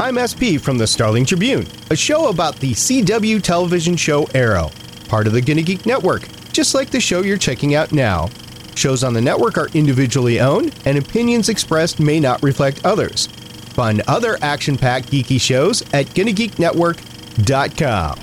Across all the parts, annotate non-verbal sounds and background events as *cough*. I'm SP from the Starling Tribune, a show about the CW television show Arrow, part of the Guinea Geek Network, just like the show you're checking out now. Shows on the network are individually owned, and opinions expressed may not reflect others. Find other action packed geeky shows at GuineaGeekNetwork.com.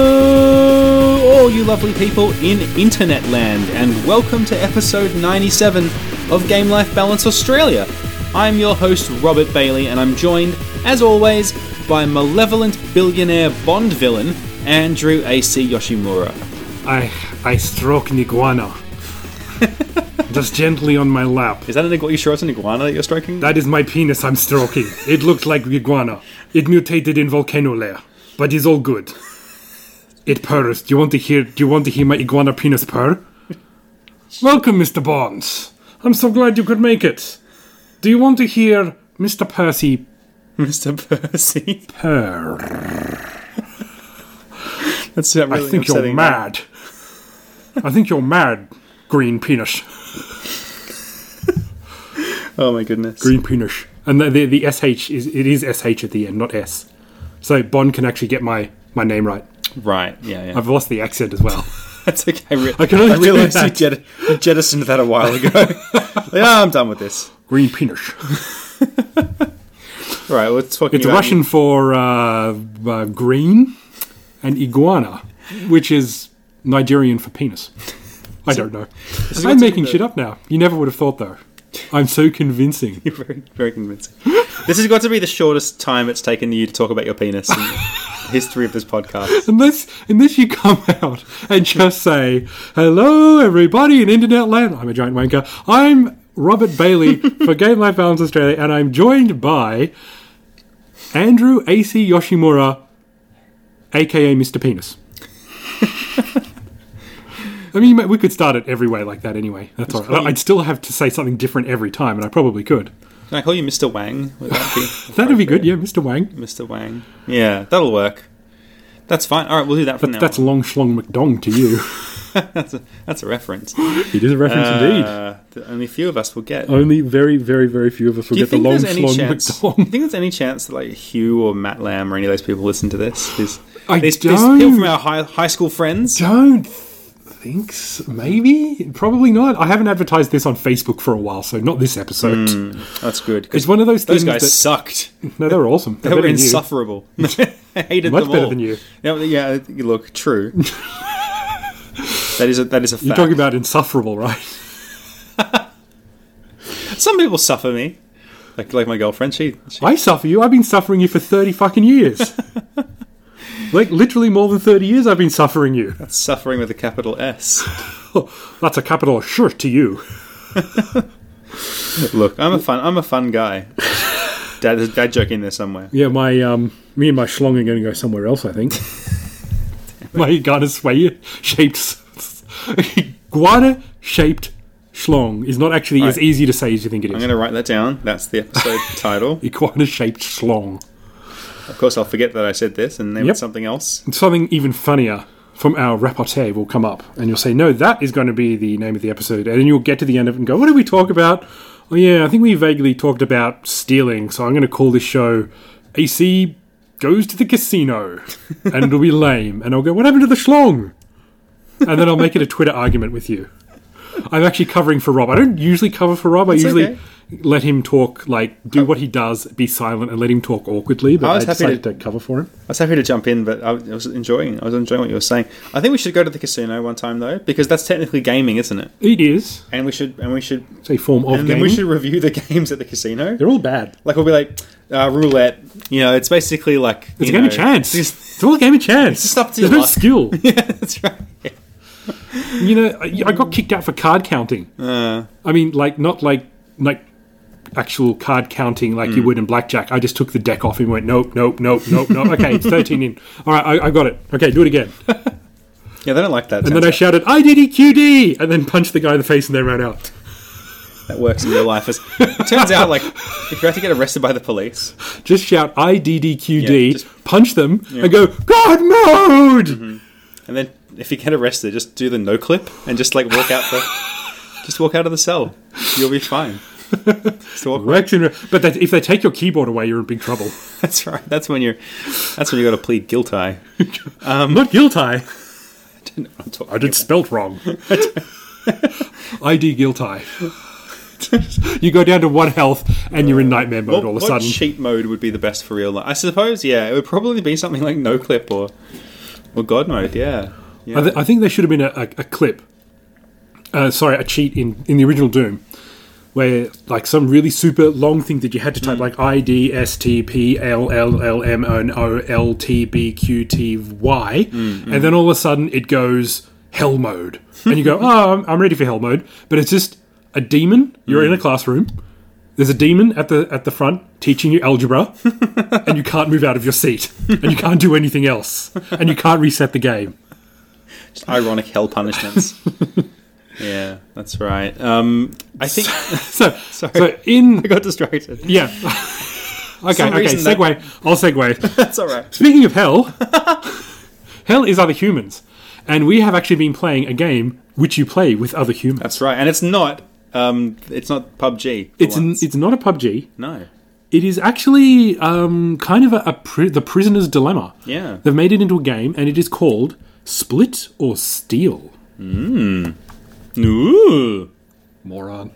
Hello, all you lovely people in internet land, and welcome to episode 97 of Game Life Balance Australia. I'm your host, Robert Bailey, and I'm joined, as always, by malevolent billionaire Bond villain, Andrew A.C. Yoshimura. I I stroke an iguana. Just gently on my lap. Is that an iguana? You sure it's an iguana that you're stroking? That is my penis I'm stroking. It looked like iguana. It mutated in volcano lair, but it's all good. It purrs. Do you want to hear do you want to hear my iguana penis purr? Welcome, Mr. Bonds. I'm so glad you could make it. Do you want to hear Mr. Percy Mr. Percy. purr? *laughs* That's that really I think you're upsetting. mad. I think you're mad, green penis. Oh my goodness. Green penis. And the, the the sh is it is sh at the end, not s. So Bond can actually get my my name right. Right, yeah, yeah. I've lost the accent as *laughs* well. That's okay. I, re- I can only I do realized you, that. jet- you jettisoned that a while *laughs* ago. like, "Ah, I'm done with this. Green penis. All right, well, it's talking It's about Russian for uh, uh, green and iguana, which is Nigerian for penis. I don't know. got I'm to making do shit up now. You never would have thought though. I'm so *laughs* convincing. very, very convincing. this has got to be the shortest time it's taken you to talk about your penis in the history of this podcast. Unless unless you *laughs* come out and just say, Hello everybody in Internet Land I'm a giant wanker. I'm Robert Bailey *laughs* for Game Life Balance Australia and I'm joined by Andrew AC Yoshimura aka Mr. Penis. *laughs* I mean, we could start it every way like that anyway. That's all right. probably- I'd still have to say something different every time, and I probably could. Can I call you Mr. Wang? Would *laughs* that be That'd be good, appropriate? yeah, Mr. Wang. Mr. Wang. Yeah, that'll work. That's fine. All right, we'll do that from now. That's on. *laughs* Long Schlong McDong to you. that's, a, that's a reference. *laughs* it is a reference indeed. Uh, that only a few of us will get. Only very, very, very few of us will do you get the think long there's any slong *laughs* chance? Do you McDonald. think there's any chance that like Hugh or Matt Lamb or any of those people listen to this? These, I these, don't- these people from our high, high school friends. Don't think so. Maybe, probably not. I haven't advertised this on Facebook for a while, so not this episode. That's good. 'cause It's one of those Hmm. those things. guys that, sucked. no, *laughs* they were awesome. They're They were better than you. insufferable. *laughs* I hated Much them better all. than you. Yeah, well, yeah, I think- look, *laughs* true. that is a that is a fact. You're talking about *laughs* insufferable, right? Some people suffer me, like like my girlfriend. She, she I suffer you. I've been suffering you for thirty *laughs* fucking years. like literally more than thirty years. I've been suffering you. suffering with a capital S. That's a capital sure to you. Look, I'm a fun I'm a fun guy. *laughs* Dad, there's a dad joke in there somewhere. Yeah, my um, me and my schlong are going to go somewhere else. I think. *laughs* my iguana sway shaped iguana shaped schlong is not actually as Right. easy to say as you think it I'm is. going to write that down. That's the *laughs* episode title. Iguana shaped schlong. Of course, I'll forget that I said this and name Yep. it something else. Something even funnier from our repartee will come up, and you'll say, "No, that is going to be the name of the episode," and then you'll get to the end of it and go, "What did we talk about?" Oh yeah, I think we vaguely talked about stealing, so I'm going to call this show AC goes to *laughs* the casino, and it'll be lame, and I'll go, "What happened to the schlong?" And then I'll make it a Twitter argument with you. I'm actually covering for Rob. I don't usually cover for Rob. I usually okay. Oh. let him talk, like do what he does, be silent, and let him talk awkwardly. But I I, was happy to- decided to cover for him. I was happy to jump in, but I was I was enjoying. I was enjoying what you were saying. I think we should go to the casino one time though, because that's technically gaming, isn't it? It is. And we should and we should It's a form of and then gaming. we should review the *laughs* games at the casino. They're all bad. Like we'll be like uh, roulette. You know, it's basically like It's you a game know, of chance. It's, It's all a game of chance. just up to your There's no luck. skill. *laughs* yeah, that's right. Uh. you know, I, I got kicked out for card counting. I mean, like not like like actual card counting like Mm. you would in blackjack. I just took the deck off and went, nope, nope, nope, nope, nope. Okay, it's 13 in. All right, I, I got it. Okay, do it again. Yeah, they don't like that. And then I concept. shouted, I did EQD! And then punched the guy in the face and they ran out. that works in real life. As, it turns out, like, if you have to get arrested by the police, Just shout IDDQD, Yeah, just- Mm-hmm. punch them, and go, God mode! and then if you get arrested, just do the no clip and just like walk out *laughs* the, just walk out of the cell. You'll be fine. So walk- Works in re- but that, if they take your keyboard away, you're in big trouble. *laughs* that's right. That's when you're. That's when you got to plead guilty. I I'm not guilty. don't know what I'm talking I did spelt wrong. ID guilty. *laughs* you go down to one health and you're in nightmare What, mode all of a what sudden. cheat mode would be the best for real life? I suppose, yeah. It would probably be something like no clip or or god mode, yeah. I, th- I think there should have been a, a, a clip. Uh, sorry, a cheat in, in the original Doom, where like some really super long thing that you had to type like I D S T P L L L M N O L T B Q T Y, and then all of a sudden it goes hell mode, and you go, oh, I'm, I'm ready for hell mode, but it's just a demon. You're in a classroom. There's a demon at the at the front teaching you algebra, and you can't move out of your seat, and you can't do anything else, and you can't reset the game. Just ironic hell *laughs* punishments. yeah, that's right. Um, I think *laughs* *laughs* So, Sorry. so in I got distracted. *laughs* yeah. *laughs* okay, some okay. reason that- Segue. I'll segue. *laughs* That's all right. Speaking of hell, *laughs* hell is other humans, and we have actually been playing a game which you play with other humans. That's right. And it's not um, it's not PUBG. for it's n- once. it's not a PUBG. no. It is actually um, kind of a, a pri- the prisoner's dilemma. Yeah. They've made it into a game, and it is called Split or Steal. Ooh. Moron.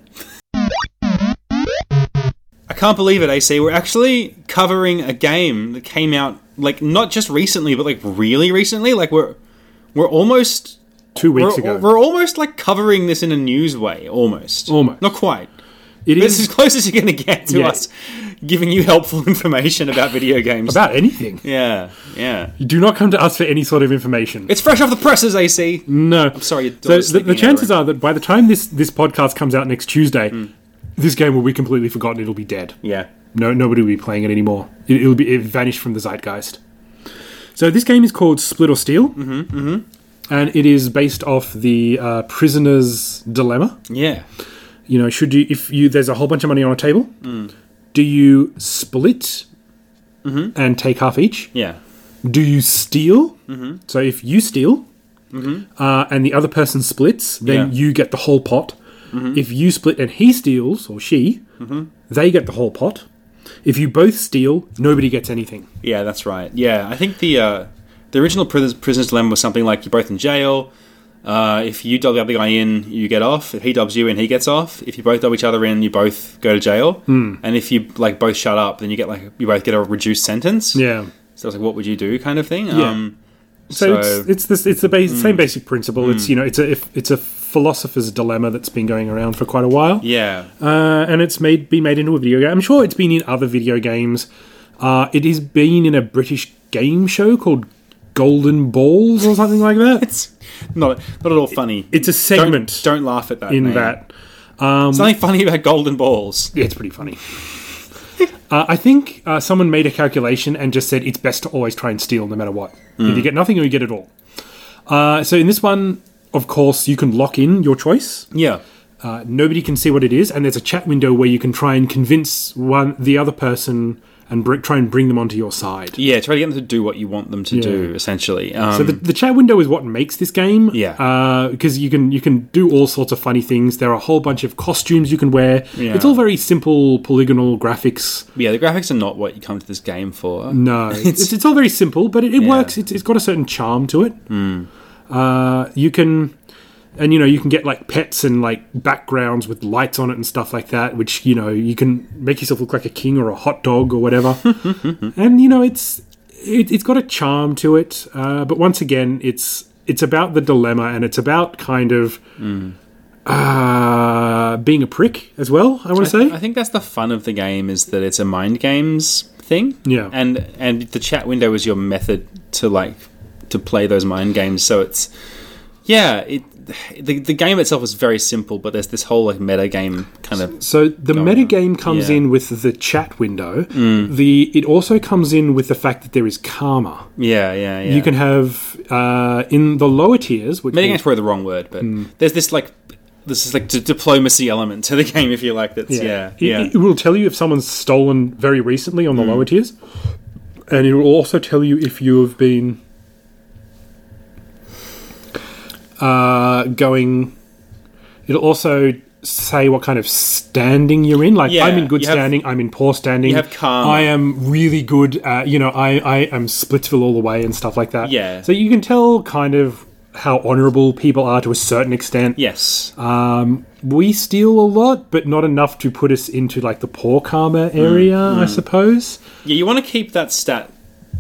I can't believe it, AC. We're actually covering a game that came out like not just recently, but like really recently. Like we're we're almost Two weeks we're, ago, we're almost like covering this in a news way, almost. Almost. Not quite. it This is is as close as you're going to get to Yeah. us giving you helpful *laughs* information about video games. about anything. yeah, yeah. You do not come to us for any sort of information. It's fresh off the presses, AC. No, sorry, your So daughter's the, the sleeping in her chances are that by the time this this podcast comes out next Tuesday, this game will be completely forgotten. It'll be dead. Hmm. Yeah. No, nobody will be playing it anymore. It, it'll be it vanished from the zeitgeist. So this game is called Split or Steal, mm-hmm, mm-hmm. and it is based off the uh, prisoner's dilemma. Yeah. You know, should you if you there's a whole bunch of money on a table, Mm. do you split Mm-hmm. and take half each? Yeah. Do you steal? Mm-hmm. So if you steal uh, and the other person splits, then Yeah. you get the whole pot. If you split and he steals or she, they get the whole pot. If you both steal, nobody gets anything. Yeah, that's right. Yeah, I think the uh, the original Pris- Prisoner's Dilemma was something like you're both in jail. Uh, if you dub the other guy in, you get off. If he dubs you in, he gets off. If you both dub each other in, you both go to jail. Hmm. And if you like both shut up, then you get like you both get a reduced sentence. Yeah. So it's like, what would you do, kind of thing. Um, So, So- it's it's this it's the base, same basic principle. It's you know it's a if, it's a philosopher's dilemma that's been going around for quite a while. yeah. uh, and it's made been made into a video game. I'm sure it's been in other video games. Uh, it has been in a British game show called Golden Balls or something like that. It's, Not not at all funny. a segment Don't, don't laugh at that. in man. that. um, There's nothing funny about golden balls. Yeah, it's pretty funny. *laughs* uh, I think uh, someone made a calculation and just said it's best to always try and steal no matter what. Either you get nothing or you get it all. Uh, so in this one, of course, you can lock in your choice. Yeah. Uh, nobody can see what it is, and there's a chat window where you can try and convince one the other person and br- try and bring them onto your side. Yeah, try to get them to do what you want them to do, essentially. Um, So the, the chat window is what makes this game. Yeah. Because you can you can do all sorts of funny things. There are a whole bunch of costumes you can wear. Yeah. It's all very simple polygonal graphics. yeah, the graphics are not what you come to this game for. *laughs* No, it's, it's all very simple, but it, it works. It's, it's got a certain charm to it. Uh, you can, and you know, you can get like pets and like backgrounds with lights on it and stuff like that, which you know you can make yourself look like a king or a hot dog or whatever. and you know, it's it, it's got a charm to it, uh, but once again, it's it's about the dilemma and it's about kind of. Uh, being a prick as well, I want to say. I think that's the fun of the game is that it's a mind games thing. Yeah. And and the chat window is your method to like to play those mind games. So it's yeah, it the the game itself is very simple, but there's this whole like meta game kind of So the meta game comes yeah. Mm. in with the chat window. The it also comes in with the fact that there is karma. yeah yeah yeah. You can have uh, in the lower tiers, which meta will- game's probably the wrong word, but Hmm. there's this like this is like d- diplomacy element to the *laughs* game if you like. That's yeah It- yeah. Mm. It, will tell you if someone's stolen very recently on the lower tiers, and it will also tell you if you have been uh, going. It'll also say what kind of standing you're in. Like Yeah, I'm in good you have- standing. I'm in poor standing. you have karma. I am really good. At, you know, I I am Splitsville all the way and stuff like that. Yeah. So you can tell kind of how honourable people are to a certain extent. yes. Um, we steal a lot, but not enough to put us into like the poor karma Mm, area, I suppose. yeah, you want to keep that stat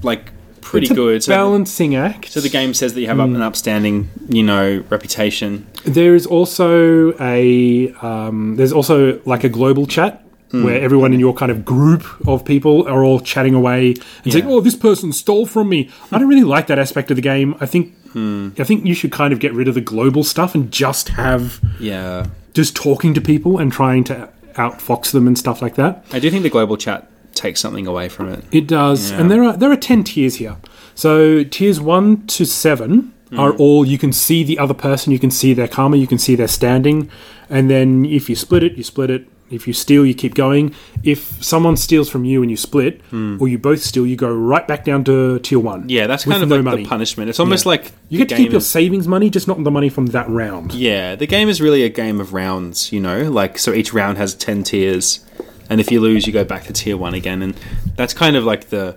like pretty it's good. A Hmm. So the, balancing act. so the game says that you have up an upstanding you know reputation. There is also a um, there's also like a global chat. Mm. Where everyone in your kind of group of people are all chatting away and saying, Yeah. "Oh, this person stole from me." I don't really like that aspect of the game. I think Hmm. I think you should kind of get rid of the global stuff and just have Yeah. just talking to people and trying to outfox them and stuff like that. I do think the global chat takes something away from it. It does, and there are there are ten tiers here. So tiers one to seven Hmm. are all you can see the other person, you can see their karma, you can see their standing, and then if you split it, you split it. If you steal, you keep going. If someone steals from you and you split, or you both steal, you go right back down to tier one. Hmm. Yeah, that's with kind of no like money. the punishment. It's almost like You the get to keep game your is- savings money, just not the money from that round. yeah. The game is really a game of rounds, you know. Like so, each round has ten tiers, and if you lose, you go back to tier one again, and that's kind of like the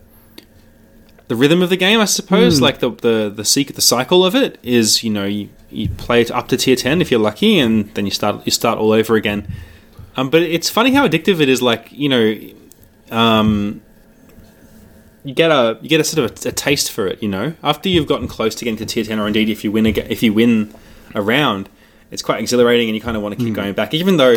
the rhythm of the game, I suppose. Hmm. Like the the the secret, the cycle of it is, you know, you, you play it up to tier ten if you're lucky, and then you start you start all over again. Um, but it's funny how addictive it is. Like you know, um, you get a you get a sort of a, a taste for it, you know. After you've gotten close to getting to tier ten, or indeed if you win a, ga- if you win a round, it's quite exhilarating, and you kind of want to keep Hmm. going back, even though.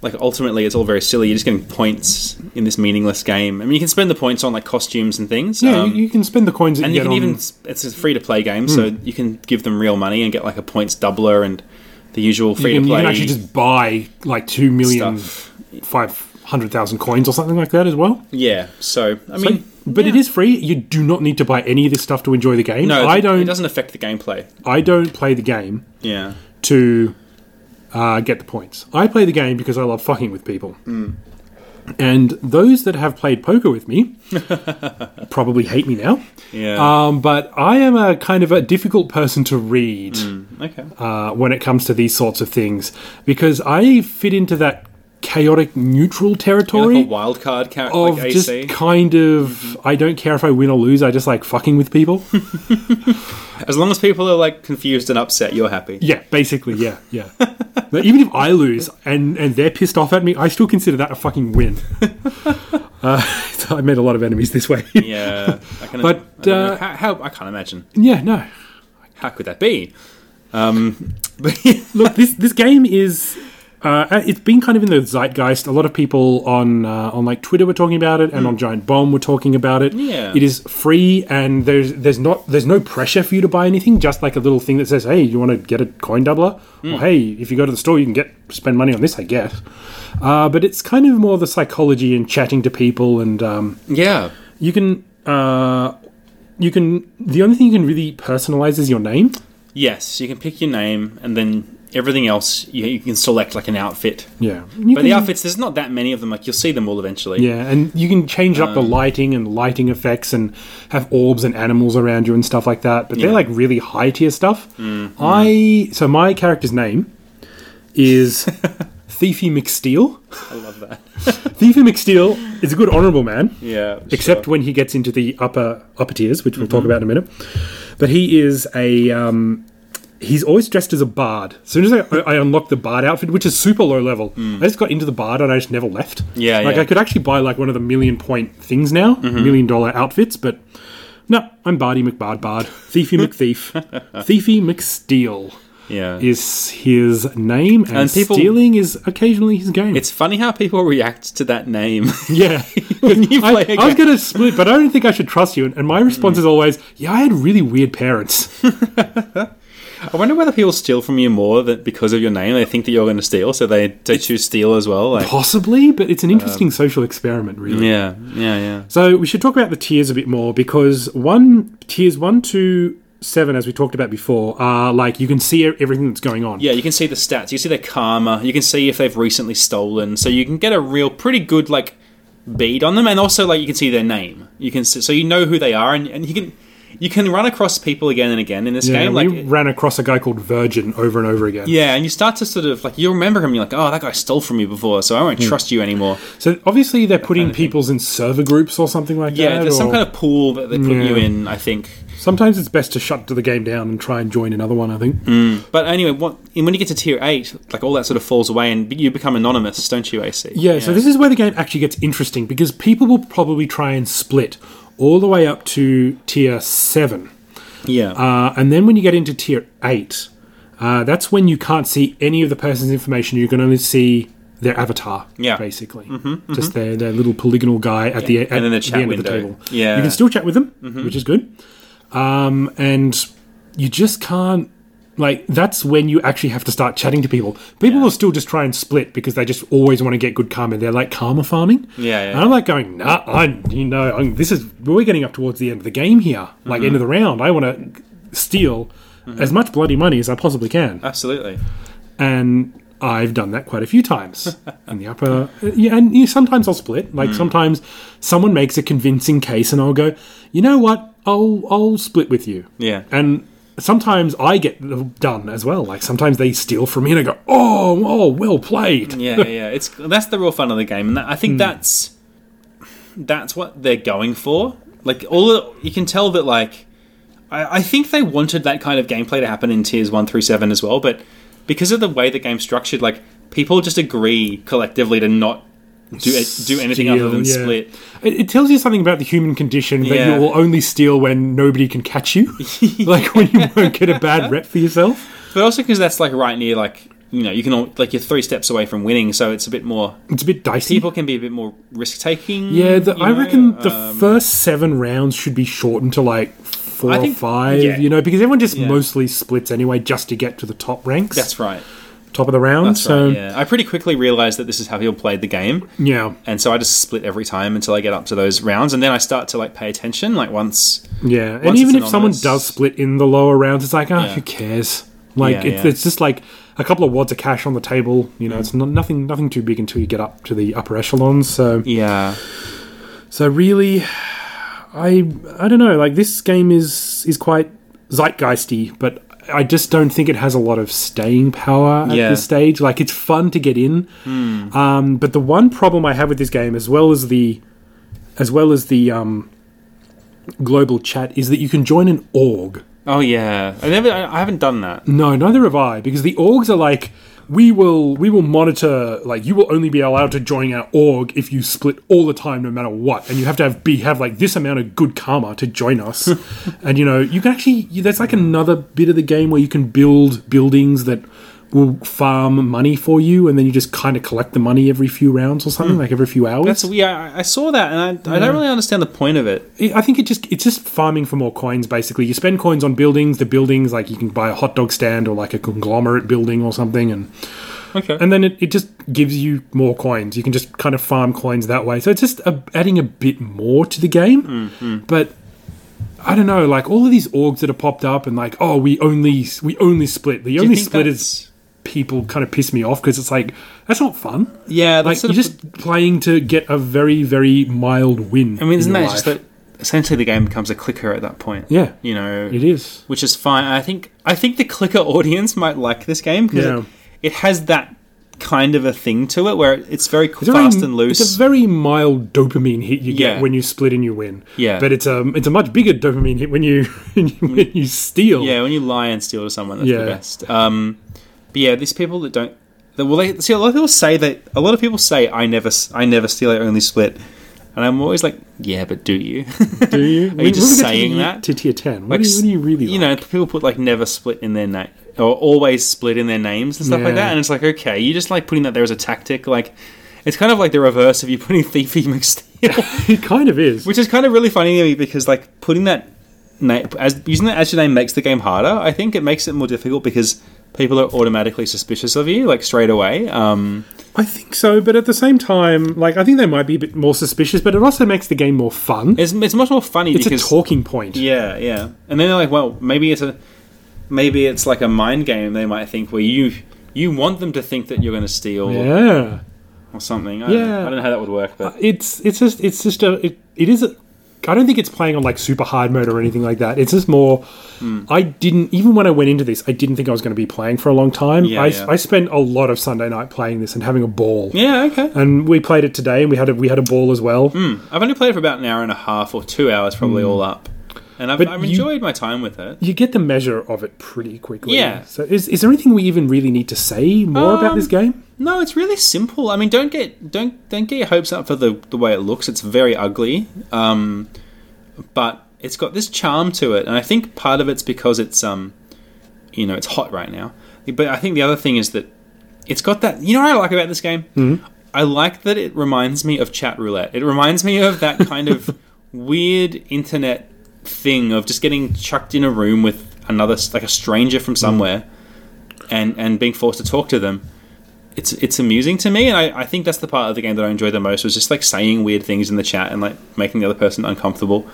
Like ultimately, it's all very silly. You're just getting points in this meaningless game. I mean, you can spend the points on like costumes and things. Yeah, um, you, you can spend the coins that and you you get can on. Hmm. even it's a free to play game, so you can give them real money and get like a points doubler and the usual free you to can, you play can actually just buy like two million stuff. five hundred thousand coins or something like that as well. Yeah, so I mean, but yeah. it is free. You do not need to buy any of this stuff to enjoy the game. no, I It don't. doesn't affect the gameplay. I don't play the game Yeah, to uh, get the points. I play the game because I love fucking with people. Mm. And those that have played poker *laughs* with me probably hate me now. yeah, Um, but I am a kind of a difficult person to read okay. uh, when it comes to these sorts of things because I fit into that chaotic neutral territory. like a wild card character, of like Mm-hmm. just AC. kind of I don't care if I win or lose. I just like fucking with people. As long as people are like confused and upset, you're happy. yeah, basically, yeah, yeah. But even if I lose and and they're pissed off at me, I still consider that a fucking win. *laughs* uh, *laughs* so I made a lot of enemies this way. Yeah, I can. *laughs* But, I don't know uh, how, how I can't imagine yeah, no. how could that be. Um, *laughs* but Look, this this game is. Uh, it's been kind of in the zeitgeist. A lot of people on uh, on like Twitter were talking about it, and on Giant Bomb were talking about it. Mm. Yeah. it is free, and there's there's not there's no pressure for you to buy anything. Just like a little thing that says, "Hey, you want to get a coin doubler?" Mm. Or "Hey, if you go to the store, you can get spend money on this." I guess, uh, but it's kind of more the psychology and chatting to people, and um, yeah, you can uh, you can the only thing you can really personalize is your name. yes, you can pick your name and then everything else you, you can select like an outfit. Yeah, But the outfits, there's not that many of them. Like you'll see them all eventually. Yeah, and you can change up the um, lighting and lighting effects and have orbs and animals around you and stuff like that. But they're Yeah. Mm-hmm. like really high tier stuff. I so my character's name is *laughs* Thiefy McSteel. I love that. *laughs* Thiefy McSteel is a good honorable man. Yeah, Except when he gets into the upper upper tiers, which we'll talk Mm-hmm. about in a minute. But he is a um, he's always dressed as a bard. As soon as I, I unlock the bard outfit, which is super low level, I just got into the bard and I just never left. Mm. Yeah, like yeah. Mm-hmm. I could actually buy like one of the million point things now, million dollar outfits, but. No, I'm Bardy McBard Bard. *laughs* Thiefy McThief. Thiefy McSteel yeah. is his name, and, And people- stealing is occasionally his game. It's funny how people react to that name. *laughs* Yeah. When you I, play a I was game. Hmm. going to split, but I don't think I should trust you. And, and my response is always, yeah, I had really weird parents. I wonder whether people steal from you more that because of your name they think that you're going to steal, so they they choose steal as well. Like, *laughs* Possibly, but it's an interesting social experiment, really. Um, yeah, yeah, yeah. So we should talk about the tiers a bit more because one tiers one to seven, as we talked about before, are like you can see e-, everything that's going on. Yeah, you can see the stats. You can see their karma. You can see if they've recently stolen. So you can get a real pretty good like bead on them, and also like you can see their name. You can see, so you know who they are, and, and you can you can run across people again and again in this Yeah, game. we Like ran across a guy called Virgin over and over again. yeah, and you start to sort of like you remember him. You're like, oh, that guy stole from me before, so I won't Hmm. trust you anymore. So obviously they're putting peoples in server groups or something like that. Yeah, there's some or- kind of pool that they put Yeah. you in. I think. Sometimes it's best to shut the game down and try and join another one. I think. But anyway, what, and when you get to tier eight, like all that sort of falls away, and you become anonymous, don't you, AC? Yeah, so this is where the game actually gets interesting because people will probably try and split all the way up to tier seven. yeah, Uh, and then when you get into tier eight, uh, that's when you can't see any of the person's information. You can only see their avatar, Yeah. Mm-hmm, basically, just their, their little polygonal guy at the e- at, And then the at chat end of the window. table. Yeah. Mm-hmm. you can still chat with them, which is good. Um, and you just can't. Like that's when you actually have to start chatting to people. People will still just try and split because they just always want to get good karma. They're like karma farming. Yeah, yeah, And I'm like going, nah, I, you know, i this is we're getting up towards the end of the game here, like Mm-hmm. end of the round. I want to steal as much bloody money as I possibly can, absolutely. and I've done that quite a *laughs* few times in the upper. Yeah, and you, sometimes I'll split. Hmm. Like sometimes someone makes a convincing case, and I'll go, you know what, I'll I'll split with you. Yeah. and. Sometimes I get done as well. Like sometimes they steal from me, and I go, "Oh, oh, well played." yeah, yeah, yeah. It's that's the real fun of the game, and that, I think Hmm. that's that's what they're going for. Like all the, you can tell that like I, I think they wanted that kind of gameplay to happen in tiers one through seven as well, but because of the way the game's structured, like people just agree collectively to not do do anything other Steal, than yeah. split. It, it tells you something about the human condition that Yeah. you will only steal when nobody can *laughs* catch you, like when you won't get a bad rep for yourself. But also because that's like right near like you know you can al- like you're three steps away from winning, so it's a bit more It's a bit dicey. people can be a bit more risk taking. yeah, the, I reckon Uh, the first seven rounds should be shortened to like four um, I or think- five. yeah. You know, because everyone just Yeah. mostly splits anyway, just to get to the top ranks, that's right. top of the round. That's so right. Yeah, I pretty quickly realized that this is how people played the game. yeah, and so I just split every time until I get up to those rounds, and then I start to like pay attention. Like once, Yeah, and Once even it's if someone anonymous- does split in the lower rounds, it's like, ah, Yeah. who cares? Like Yeah, it's, yeah. Mm. it's just like a couple of wads of cash on the table. You know, it's not, nothing nothing too big until you get up to the upper echelons. So yeah, so really, I I don't know. Like this game is is quite zeitgeisty, but I just don't think it has a lot of staying power at Yeah. this stage. Like it's fun to get in, um, but the one problem I have with this game, as well as the as well as the um, global chat, is that you can join an org. oh yeah. I never, I, I haven't done that. No, neither have I, because the orgs are like we will we will monitor like you will only be allowed to join our org if you split all the time no matter what and you have to have be have like this amount of good karma to join us and you know you can actually you- there's like another bit of the game where you can build buildings that will farm money for you and then you just kind of collect the money every few rounds or something like every few hours That's yeah. I, I saw that, and I, I don't really understand the point of it. it- I think it just it's just farming for more coins. Basically, you spend coins on buildings. The buildings, like you can buy a hot dog stand or like a conglomerate building or something, and Okay. and then it, it just gives you more coins. You can just kind of farm coins that way. So it's just a, adding a bit more to the game. Mm-hmm. But I don't know, like all of these orgs that have popped up and like, oh, we only we only split. The Do you only think split is that's- people kind of piss me off because it's like that's not fun. yeah. Like That's you're sort of, just playing to get a very very mild win. I mean, isn't in that your just life. that? Essentially, the game becomes a clicker at that point. Yeah. you know, It is. which is fine. I think I think the clicker *laughs* audience might like this game because Yeah. it, it has that kind of a thing to it where it's very It's a very- fast and loose. It's a very mild dopamine hit you Yeah. get when you split and you win. Yeah. but it's a it's a much bigger dopamine hit when you *laughs* when you, when you steal. Yeah, when you lie and steal to someone, that's Yeah. the best. Um, but yeah, these people that don't, that, well, they see a lot of people say that. A lot of people say, "I never, s- I never steal. I only split." And I'm always like, "Yeah, but do you? *laughs* Do you? Are you just saying to, that?" to tier ten? What, Like, do, you, what do you really? You like? know, people put like never split in their name or always split in their names and stuff like Yeah. that. And it's like, okay, you just like putting that there as a tactic. Like, it's kind of like the reverse of you *laughs* putting thiefy McSteal. *laughs* it kind of is. Which is kind of really funny to me because like putting that na- as using that as your name makes the game harder. I think it makes it more difficult because people are automatically suspicious of you, like straight away. Um, I think so, but at the same time, like I think they might be a bit more suspicious, but it also makes the game more fun. it's, it's much more funny It's because a talking point. yeah, yeah. And then they're like, well, maybe it's a maybe it's like a mind game. They might think where you you want them to think that you're going to steal Yeah. or something. I yeah, don't know. Yeah. I don't know how that would work, but It's it's just it's just a it, it is a I don't think it's playing on like super hard mode or anything like that. It's just more. Hmm. I didn't even when I went into this, I didn't think I was going to be playing for a long time. Yeah, I, yeah. I spent a lot of Sunday night playing this and having a ball. yeah, okay. And we played it today, and we had a, we had a ball as well. I've only played for about an hour and a half or two hours, probably all up, and I've, Hmm. But I've you- enjoyed my time with it. You get the measure of it pretty quickly. Yeah. Um, So is is there anything we even really need to say more about this game? No, it's really simple. I mean, don't get don't don't get your hopes up for the the way it looks. It's very ugly, um, but it's got this charm to it, and I think part of it's because it's um, you know, it's hot right now. But I think the other thing is that it's got that. You know what I like about this game? Mm-hmm. I like that it reminds me of chat roulette. It reminds me of that kind of *laughs* weird internet thing of just getting chucked in a room with another like a stranger Mm. from somewhere and and being forced to talk to them it's it's amusing to me and I, I think that's the part of the game that I enjoy the most was just like saying weird things in the chat and like making the other person uncomfortable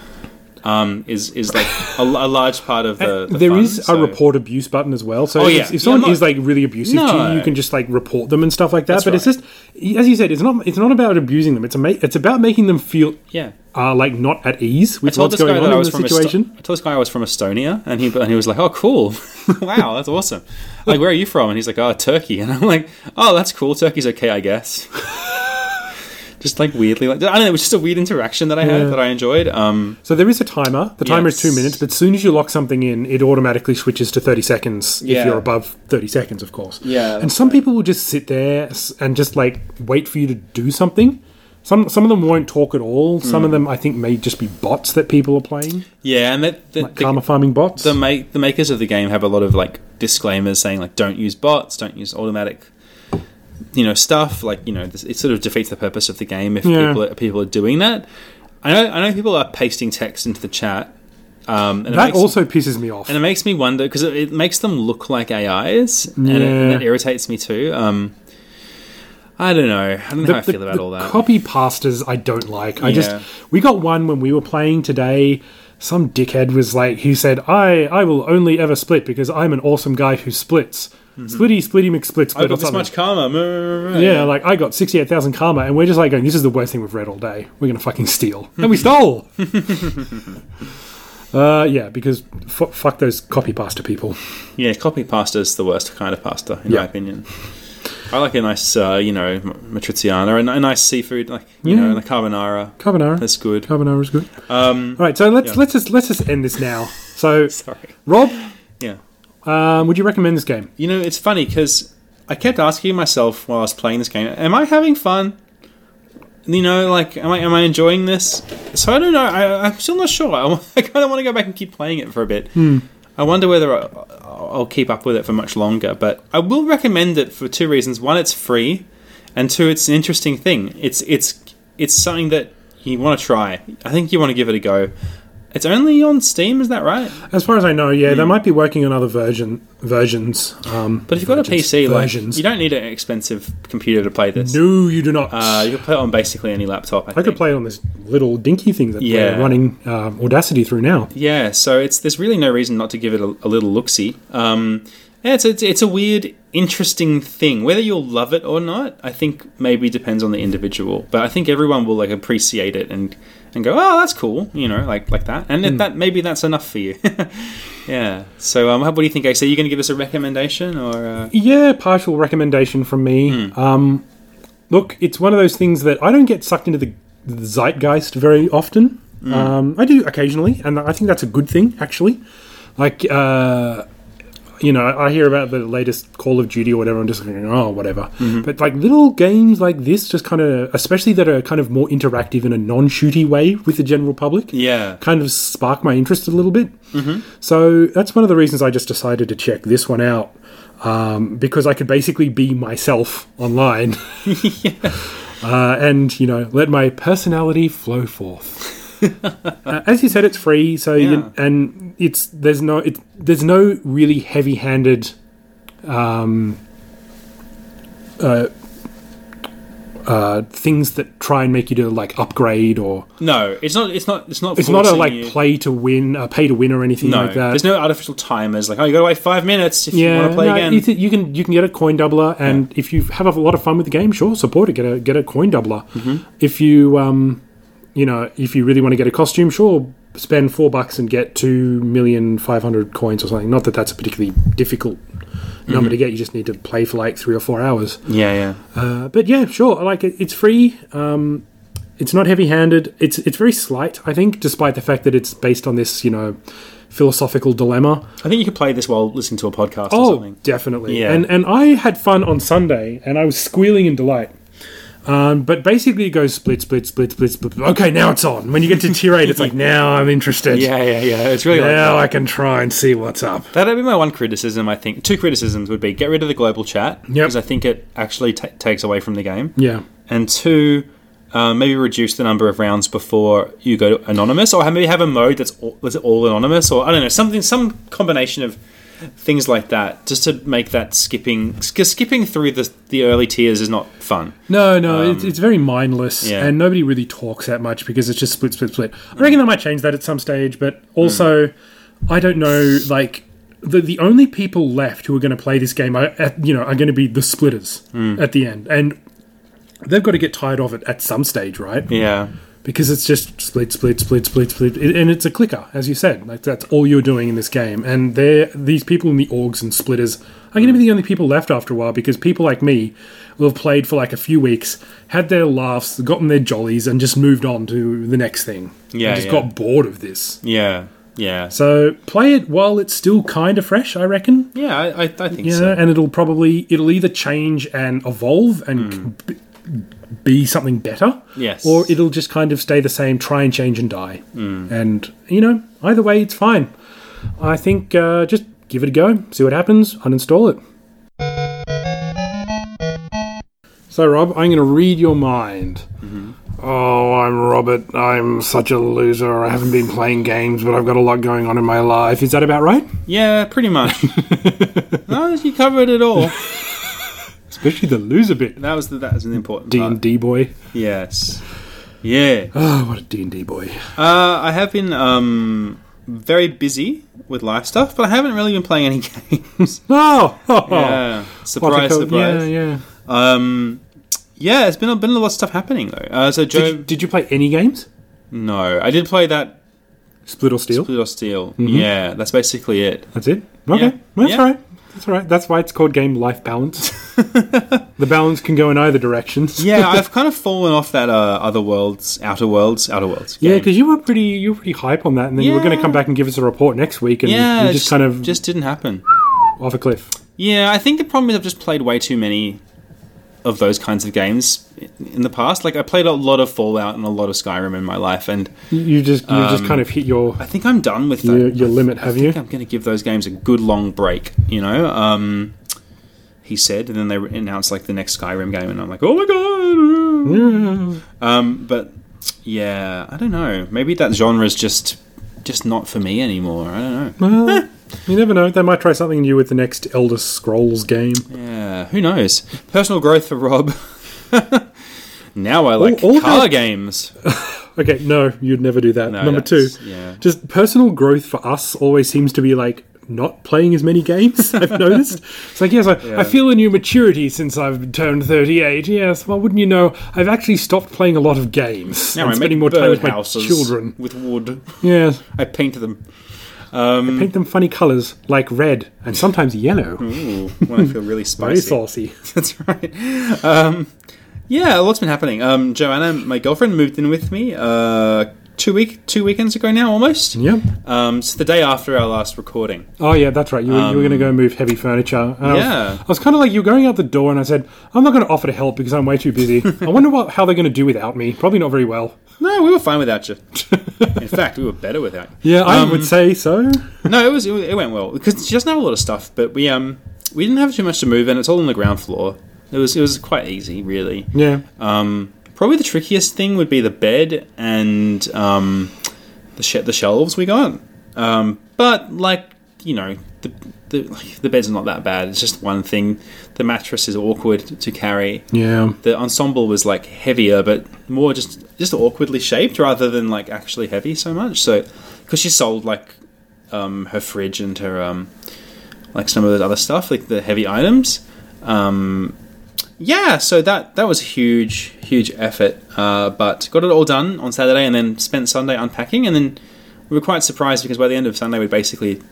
um is is like a, a large part *laughs* of the, the There fun, is so- a report abuse button as well. So Oh, if, yeah. Yeah, if someone I'm not- is like really abusive to No. you, you can just like report them and stuff like that. That's but it's right. just as you said, it's not it's not about abusing them. It's a ma- it's about making them feel yeah uh, like not at ease I with told what's this guy going that on I in was the from situation. Esto- I told this guy I was from Estonia, and he and he was like, "Oh, cool! *laughs* wow, that's awesome! Like, where are you from?" And he's like, "Oh, Turkey." And I'm like, "Oh, that's cool. Turkey's okay, I *laughs* guess." just like weirdly, like I don't know. It was just a weird interaction that I had Yeah. that I enjoyed. Um, so there is a timer. The timer is two Yes. minutes, but as soon as you lock something in, it automatically switches to thirty seconds Yeah. if you're above thirty seconds, of course. Yeah, And that's some people will just sit there s- and just like wait for you to do something. Some some of them won't talk at all. Some Hmm. of them I think may just be bots that people are playing, yeah, and that the, like the- karma farming bots. the make the makers of the game have a lot of like disclaimers saying like don't use bots, don't use automatic, you know stuff. Like you know this, it sort of defeats the purpose of the game if Yeah. people are, people are doing that. I know I know people are pasting text into the chat. Um, and it that makes, also pisses me off. and it makes me wonder because it, it makes them look like AIs, and, it, and Yeah. that irritates me too. Um, I don't know. I don't know how I feel about all that. Copy pastors, I don't like. I Yeah. just we got one when we were playing today. Some dickhead was like, he said, "I I will only ever split because I'm an awesome guy who splits. Splitty splitty McSplit Mm-hmm. I've split or got this something." much karma. yeah, like I got sixty eight thousand karma, and we're just like going, "This is the worst thing we've read all day. We're gonna fucking *laughs* steal." and we stole. uh, yeah, because f- fuck those copy pasta people. Yeah, copy pasta is the worst kind of pasta, in my Yeah. opinion. I like a nice, uh, you know, matriciana, a, ni- a nice seafood, like you know, Yeah. and a carbonara. Mm. Carbonara. That's good. Carbonara is good. Um, all right, so let's let's just let's just end this now. *laughs* So, Sorry. Rob, Yeah. um, would you recommend this game? You know, it's funny because I kept asking myself while I was playing this game, "Am I having fun? You know, like, am I am I enjoying this?" So I don't know. I, I'm still not sure. *laughs* I, kind of want to go back and keep playing it for a bit. I wonder whether I, I'll keep up with it for much longer. But I will recommend it for two reasons: one, it's free, and two, it's an interesting thing. It's it's it's something that you want to try. I think you want to give it a go. It's only on Steam, is that right? As far as I know, yeah, they might be working on other version versions. Um, Hmm. But if you've got a versions- PC, like, versions. you don't need an expensive computer to play this. no, you do not. Uh, you can play it on basically any laptop. I, I could think. play it on this little dinky thing that Yeah. we're running uh, Audacity through now. Yeah, so it's there's really no reason not to give it a, a little look see. Um, yeah, it's, it's it's a weird, interesting thing. Whether you'll love it or not, I think maybe depends on the individual. But I think everyone will like appreciate it and and go, oh, that's cool, you know, like like that. And Hmm. if that maybe that's enough for you. *laughs* yeah. So um, how- what do you think, AC? Are you going to give us a recommendation or? Uh... Yeah, partial recommendation from me. Um, look, it's one of those things that I don't get sucked into the, the zeitgeist very often. Um, I do occasionally, and I think that's a good thing, actually. Like, uh, you know, I hear about the latest Call of Duty or whatever, I'm just going, oh, whatever. But like little games like this, just kind of, especially that are kind of more interactive in a non shooty way with the general public Yeah. kind of sparked my interest a little bit. So that's one of the reasons I just decided to check this one out um, because I could basically be myself *laughs* online uh, and, you know, let my personality flow forth. Uh, as you said, it's free, so you Yeah. can, and it's there's no it, there's no really heavy-handed um, uh, uh, things that try and make you to like upgrade or No, it's not. It's not. It's not. it's not a forcing like you- play to win, a pay to win or anything No, like that. there's no artificial timers. Like, oh, you got to wait five minutes if you yeah, want to play no, again. it's- you can you can get a coin doubler, and if you have a lot of fun with the game, sure, support it. Get a get a coin doubler. Mm-hmm. If you um, you know, if you really want to get a costume, sure, spend four bucks and get two million five hundred coins or something. Not that that's a particularly difficult Mm-hmm. number to get. You just need to play for like three or four hours. yeah, yeah. Uh, but yeah, sure. I Like it, it's free. Um, it's not heavy-handed. It's it's very slight, I think, despite the fact that it's based on this you know philosophical dilemma. I think you could play this while listening to a podcast or Oh, something. definitely. Yeah. And and I had fun on Sunday, and I was squealing in delight. Um, but basically, it goes split, split, split, split, split. Okay, now it's on. When you get to tier eight, it's like now I'm interested. Yeah, yeah, yeah. It's really like Now I can try and see what's up. That'd be my one criticism. I think two criticisms would be get rid of the global chat because I think it actually ta takes away from the game, Yeah. and two, uh, maybe reduce the number of rounds before you go to anonymous, or maybe have a mode that's all, that's all anonymous, or I don't know something, some combination of things like that, just to make that skipping sk- skipping through the the early tiers is not fun. No, no, it's, it's very mindless, yeah. and nobody really talks that much because it's just split, split, split. I reckon they might change that at some stage, but also, I don't know. Like the the only people left who are going to play this game are at, you know are going to be the splitters at the end, and they've got to get tired of it at some stage, right? Yeah, Because it's just split, split, split, split, split, It- and it's a clicker, as you said. Like that's all you're doing in this game, and they these people in the orgs and splitters are going to be the only people left after a while because people like me will have played for like a few weeks, had their laughs, gotten their jollies, and just moved on to the next thing. Yeah, and just yeah. got bored of this. yeah, yeah, So play it while it's still kind of fresh, I reckon. yeah. I, I, I think Yeah, so. and it'll probably it'll either change and evolve and c- b- be something better. Yes. Or it'll just kind of stay the same, try and change and die. And you know, either way, it's fine. I think uh, just give it a go, see what happens, uninstall it. So, Rob, I'm going to read your mind. Oh, I'm Robert. I'm such a loser. I haven't been playing games, but I've got a lot going on in my life. Is that about right? Yeah, pretty *laughs* much. no, you covered it all. Especially the loser bit. That was the, that was an important D part. and D boy. Yes. Yeah. Uh, Oh, what a D and D boy! I have been um, very busy with life stuff, but I haven't really been playing any *laughs* games. Oh, yeah. *laughs* What a Surprise, co- surprise. Yeah, yeah. Um, yeah, it's been a, been a lot of stuff happening though. Uh, so Joe, Did you, did you play any games? no, I did play that Split or Steel? Mm-hmm. Split or Steel. Yeah, that's basically it. That's it. Okay, Yeah. Well, that's Yeah. all right. That's all right. That's why it's called game life *laughs* balance. the balance can go in either directions. Yeah, I've kind of fallen off that uh, other worlds, outer worlds, outer worlds. *laughs* Yeah, game. because you were pretty you were pretty hype on that, and then you were going to Yeah. come back and give us a report next week, and yeah, you it just kind of just didn't happen. off a cliff. Yeah, I think the problem is I've just played way too many of those kinds of games i- in the past. Like I played a lot of Fallout and a lot of Skyrim in my life, and You just you Um, just kind of hit your I think I'm done with that. your, your limit, have you? I think I'm going to give those games a good long break. You know, um, he said, and then they announced like the next Skyrim game, and I'm like, oh my god. Yeah. Um, but yeah, I don't know. Maybe that genre is just just not for me anymore. I don't know. Well, you never know. They might try something new with the next Elder Scrolls game. Yeah, Uh, who knows? Personal growth for Rob. *laughs* now I like all car the- games. Okay, no, you'd never do that. No, Number two, that's- yeah. just personal growth for us always seems to be like not playing as many games. *laughs* I've noticed. It's like yes, I, I feel a new maturity since I've turned thirty-eight. Yes, well, wouldn't you know? I've actually stopped playing a lot of games. Now I'm I spending make more time with my birdhouses children. with wood. Yeah, I paint them paint them funny colours like red and sometimes yellow. Ooh, when Mm-hmm. I feel really *laughs* Very spicy. saucy. That's right. Um, yeah, a lot's been happening. Um, Joanna, my girlfriend, moved in with me uh, two week two weekends ago now, almost. Yep. Um, so the day after our last recording. Oh yeah, that's right. You were, you were going to go move heavy furniture. And I was- I Um, Yeah. was, kind of like you were going out the door, and I said, "I'm not going to offer to help because I'm way too busy." *laughs* I wonder what how they're going to do without me. Probably not very well. No, we were fine without you. *laughs* In fact, we were better without you. Yeah, I would say so. No, it was it, was- it went well because she doesn't have a lot of stuff, but we um we didn't have too much to move, and it's all on the ground floor. It was it was quite easy, really. Yeah, Um, Probably the trickiest thing would be the bed and um, the sh- the shelves we got. Um, but like you know, the the, the bed's not that bad. It's just one thing. The mattress is awkward to carry. Yeah. The ensemble was like heavier, but more just just awkwardly shaped rather than like actually heavy so much. So because she sold like um, her fridge and her um, like some of the other stuff, like the heavy items. Um, yeah, so that that was a huge, huge effort, uh, but got it all done on Saturday, and then spent Sunday unpacking, and then we were quite surprised because by the end of Sunday we'd basically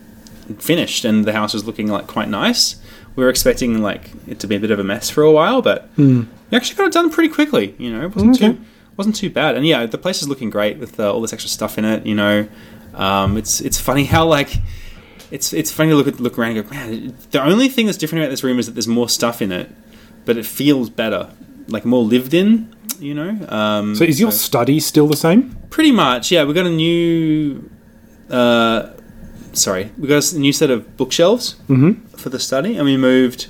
finished, and the house was looking like quite nice. We were expecting like it to be a bit of a mess for a while, but we actually got it done pretty quickly. You know, it wasn't Okay. too wasn't too bad, and yeah, the place is looking great with uh, all this extra stuff in it. You know, um, it's it's funny how like it's it's funny to look at look around and go, man. The only thing that's different about this room is that there's more stuff in it, but it feels better, like more lived in. You know, um, So is your study still the same? pretty much yeah. We got a new, uh, sorry, we got a s- new set of bookshelves Mm-hmm. for the study, and we moved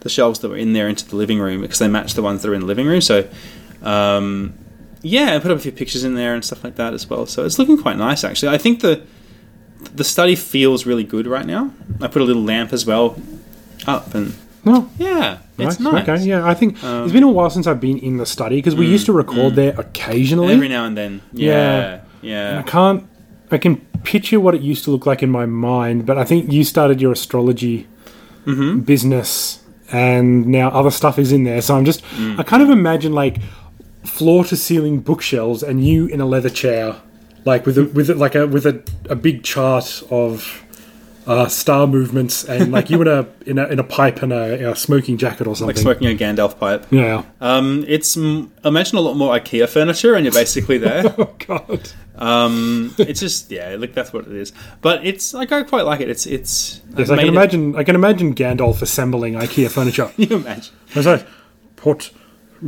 the shelves that were in there into the living room because they matched the ones that were in the living room. So, um, yeah, I put up a few pictures in there and stuff like that as well. So it's looking quite nice actually. I think the the study feels really good right now. I put a little lamp as well up and No. yeah, it's nice. Mm, Okay. Yeah, I think it's been a while since I've been in the study because we used to record there occasionally. Every now and then, yeah, yeah. I can't. I can picture what it used to look like in my mind, but I think you started your astrology Mm-hmm. business, and now other stuff is in there. So I'm just. Mm. I kind of imagine like floor to ceiling bookshelves, and you in a leather chair, like with a, with a, like a with a, a big chart of. Uh, star movements and like you in a *laughs* in a, in a pipe and a, a smoking jacket or something. Like smoking a Gandalf pipe. yeah. Um, it's m- imagine a lot more IKEA furniture, and you're basically *laughs* there. *laughs* Oh god. Um, it's just yeah, like that's what it is. But it's like I quite like it. It's it's. Yes, I've I can made it- imagine. I can imagine Gandalf assembling IKEA furniture. *laughs* Can you imagine? *laughs* Was that put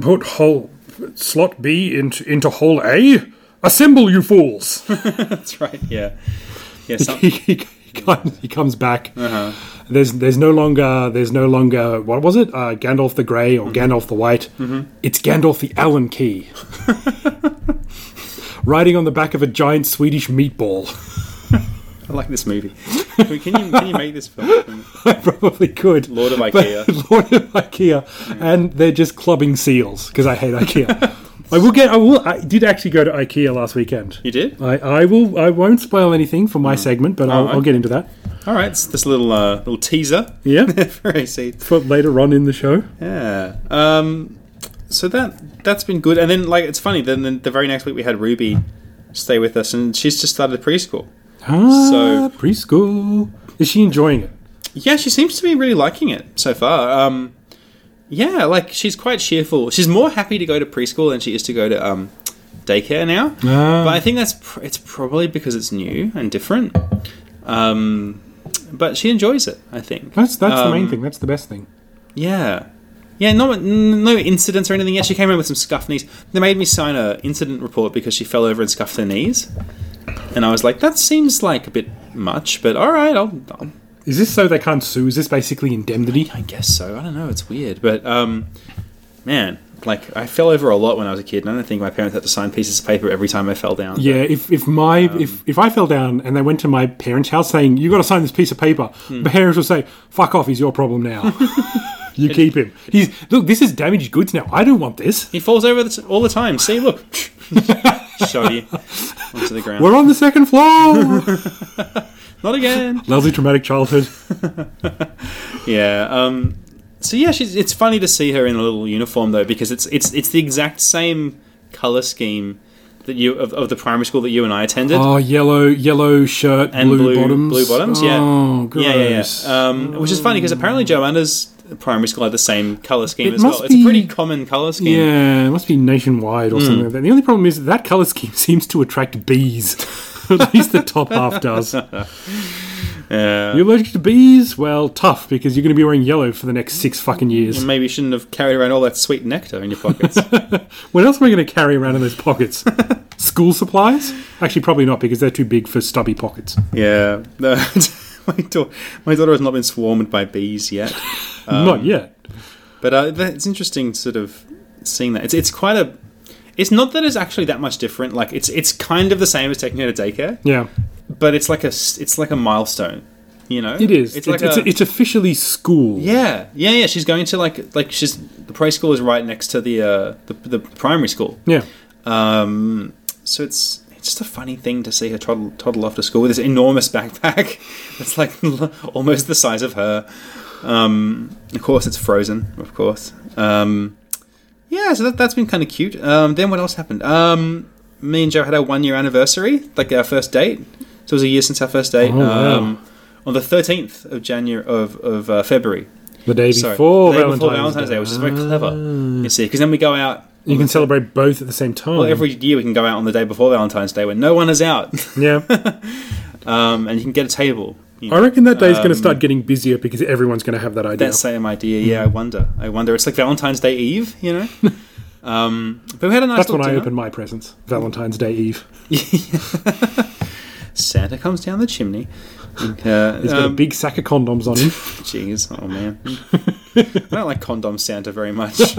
put hole slot B into into hole A? Assemble, you fools! That's right. Yeah. Yeah. Some, *laughs* he, he, he comes- he comes back. There's there's no longer there's no longer what was it? Uh, Gandalf the Grey or Gandalf the White? It's Gandalf the Allen *laughs* Key, riding on the back of a giant Swedish meatball. *laughs* I like this movie. Can you can you make this film? I probably could. Lord of But- Ikea. *laughs* Lord of Ikea, and they're just clubbing seals because I hate *laughs* Ikea. I will get. I will. I did actually go to Ikea last weekend. You *laughs* did? I, I will. I won't spoil anything for my segment, but Oh, I'll, I'll get into that. All right. It's this little uh, little teaser. *laughs* Yeah, for AC. for later on in the show. Yeah. Um, so that that's been good. And then like it's funny. Then, then the very next week we had Ruby stay with us, and she's just started preschool. Ah, preschool. Is she enjoying it? Yeah, she seems to be really liking it so far. Um, yeah, like she's quite cheerful. She's more happy to go to preschool than she is to go to um, daycare now. Ah. But I think that's pr- it's probably because it's new and different. Um, but she enjoys it. I think That's that's the main Um, thing. That's the best thing. Yeah, yeah. No, n- no incidents or anything yet. She came in with some scuffed knees. They made me sign a incident report because she fell over and scuffed her knees. And I was like, that seems like a bit much, but all right, I'll, I'll Is this so they can't sue? Is this basically indemnity? I guess so. I don't know. It's weird, but um, man, like I fell over a lot when I was a kid, and I don't think my parents had to sign pieces of paper every time I fell down. Yeah, if, if my if, um, if I fell down and they went to my parents' house saying you got to sign this piece of paper, Hmm. my parents will say, "Fuck off, he's your problem now. *laughs* you keep him. He's look, this is damaged goods now. I don't want this. he falls over the t- all the time. See, look, *laughs* show you onto the ground. We're on the *laughs* second floor. Not again. Lousy traumatic childhood. Yeah. Um. So yeah, she's. It's funny to see her in a little uniform though, because it's it's it's the exact same color scheme that you of, of the primary school that you and I attended. Oh, yellow yellow shirt, and blue, bottoms, Blue bottoms, yeah. Oh, gross. Yeah, yeah, yeah. Um, which is funny because apparently Joanna's primary school had the same color scheme It as must well. It's a pretty be- common color scheme. Yeah, it must be nationwide Hmm. or something like that. The only problem is that color scheme *laughs* seems to attract bees. *laughs* At least the top half does. Yeah. You're allergic to bees? Well, tough, because you're going to be wearing yellow for the next six fucking years. Maybe you shouldn't have carried around all that sweet nectar in your pockets. What else am I going to carry around in those pockets? School supplies? Actually, probably not, because they're too big for stubby pockets. *laughs* yeah. No, *laughs* my, daughter, my daughter has not been swarmed by bees yet. not yet. Um, But uh, that- it's interesting, sort of seeing that. It's it's quite a It's not that it's actually that much different. Like it's it's kind of the same as taking her to daycare, Yeah, but it's like a s- it's like a milestone. You know, it is. It's like it's, a, it's officially school. yeah, yeah, yeah. She's going to like like she's the preschool is right next to the uh, the, the primary school. yeah. Um, so it's it's just a funny thing to see her toddle, toddle off to school with this enormous backpack *laughs* that's like almost the size of her. Um, of course, it's frozen. Of course. Um, yeah, so that, that's been kind of cute. Um, then what else happened? Um, me and Joe had our one year anniversary, like our first date. So it was a year since our first date. Oh, wow. um, on the thirteenth of January of of uh, February. The day Sorry, before, the day Valentine's, before Valentine's Day, which is very clever. You see, because then we go out. You can celebrate both at the same time. Well, every year we can go out on the day before Valentine's Day when no one is *laughs* out, yeah. um, and you can get a table. You I know. reckon that day's going to *laughs* Um, start getting busier because everyone's going to have that idea. That same idea, yeah. I wonder. I wonder. It's like Valentine's Day Eve, you know. *laughs* um, but we had a nice. That's little when I dinner. open my presents, Valentine's Day Eve. Santa comes down the *laughs* chimney. Uh, He's got a um, big sack of condoms on him. Jeez, oh *laughs* man. I don't like condom Santa very much. it's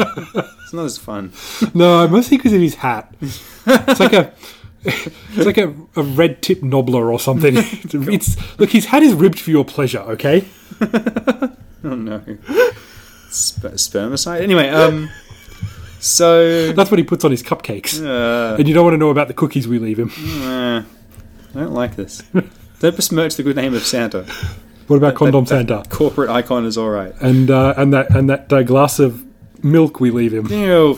not as fun. no, mostly because of his hat. It's like a, *laughs* it's like a, a red tip knobbler *laughs* or something. it's look, his hat is ribbed for your pleasure. Okay, Oh no. Sper- spermicide. Anyway, um, *laughs* so that's what he puts on his cupcakes. uh, And you don't want to know about the cookies we leave him. eh, I don't like this. *laughs* Don't besmirch the good name of Santa. What about condom Santa Corporate icon is all right. and uh, and that and that uh, glass of milk we leave him? *laughs* Ew.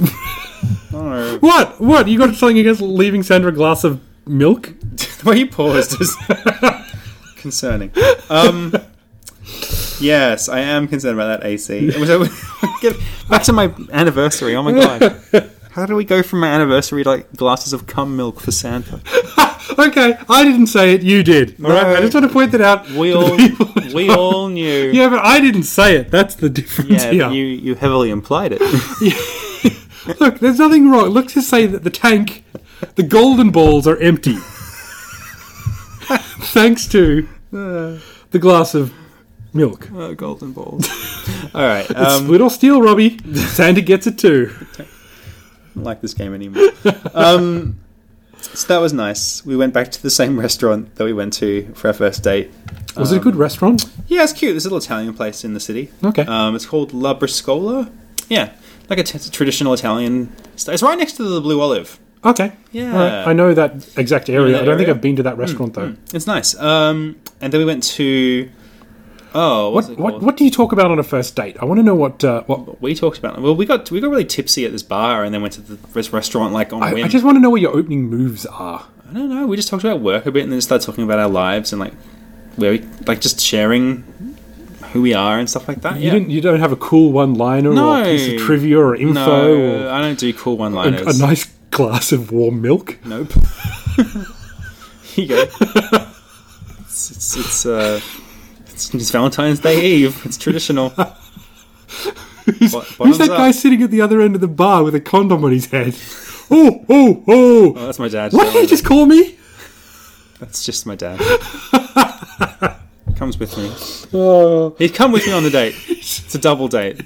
no. What? What? You got something against leaving Sandra a glass of milk? The way you paused is *laughs* concerning. Um, yes, I am concerned about that AC. It was over- *laughs* Get back to my anniversary. Oh my god. How do we go from my anniversary to like glasses of cum milk for Santa? Okay, I didn't say it. You did. All right. I just want to point that *laughs* out. We to the all people. *laughs* we all knew. Yeah, but I didn't say it. That's the difference Yeah, here. you you heavily implied it. *laughs* Look, there's nothing wrong. Look to say that the tank, the golden balls are empty. *laughs* Thanks to the glass of milk. Oh, golden balls. *laughs* All right, It's um, split or steal, Robbie. Santa gets it too. don't like this game anymore. um, so that was nice. We went back to the same *laughs* restaurant that we went to for our first date. Was Um. it a good restaurant? Yeah, it's cute. There's a little Italian place in the city. Okay. Um, it's called La Briscola. Yeah, like a t- traditional Italian. St- it's right next to the Blue Olive. Okay. Yeah. All right. I know that exact area. that I don't think area? Mm, I've been to that restaurant though. It's nice. Um, and then we went to. Oh, what's What, it what called? what do you talk about on a first date? I want to know what uh, what. We talked about. Well, we got we got really tipsy at this bar, and then went to the res- restaurant like on I, whim. I just want to know what your opening moves are. I don't know. We just talked about work a bit, and then started talking about our lives and like where we like just sharing who we are and stuff like that. You yeah. didn't. You don't have a cool one-liner or a piece No. of trivia or info or no, I don't do cool a, one-liners. a nice glass of warm milk. *laughs* Nope. Here you go. It's it's it's, uh, it's, it's Valentine's Day Eve. It's traditional. Bo- Who's bottoms that up. guy sitting at the other end of the bar with a condom on his head? Oh, oh, oh! Oh, that's my dad. what did you just call me? That's just my dad. Comes with me. *laughs* Uh, He'd come with me on the date. It's a double date.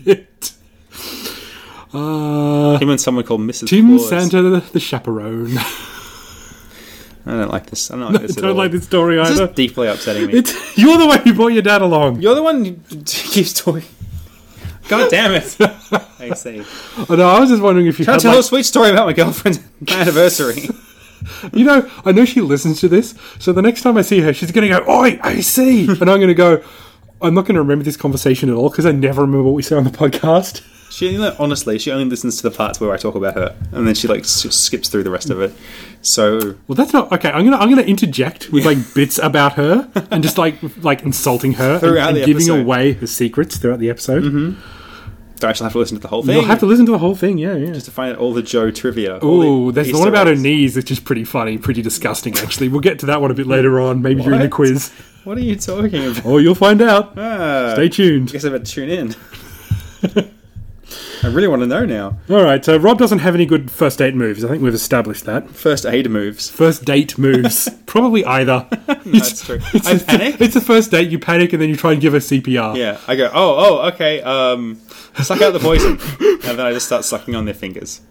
uh, Him and someone called Mrs. Tim Claus. Santa, the, the chaperone. I don't like this. I don't like this at *laughs* don't all. like this story This either. is deeply upsetting me. It's, you're the one who brought your dad along. You're the one who keeps talking. God damn *laughs* it! I see. Oh, no, I was just wondering if you Trying had, to tell a like, sweet story about *laughs* my girlfriend's anniversary. you know, I know she listens to this, so the next time I see her, she's going to go, Oi, *laughs* I see. and I'm going to go, I'm not going to remember this conversation at all because I never remember what we said on the podcast. She like, honestly, she only listens to the parts where I talk about her, and then she like s- skips through the rest of it. So Well, that's not okay. I'm gonna I'm gonna interject with like bits about her and just like like insulting her and- Throughout and, the giving episode. Mm-hmm. away her secrets throughout the episode. I shall have to listen to the whole thing. You'll have to listen to the whole thing. Yeah, yeah. to find out all the Joe trivia. all Oh, there's the one Easter about her eggs. knees, which is pretty funny, pretty disgusting. Actually, we'll get to that one a bit later on, maybe during the What? quiz. What are you talking *laughs* about? Oh, you'll find out. Ah, Stay I tuned. guess I better tune in. *laughs* I really want to know now. All right. So Rob doesn't have any good first date moves. I think we've established that. First aid moves. First date *laughs* moves, probably either. That's true. I It's the- panic. It's the first date. You panic and then you try and give her CPR. Yeah, I go. Oh, oh, okay. Um, suck out the poison, and then I just start sucking on their fingers.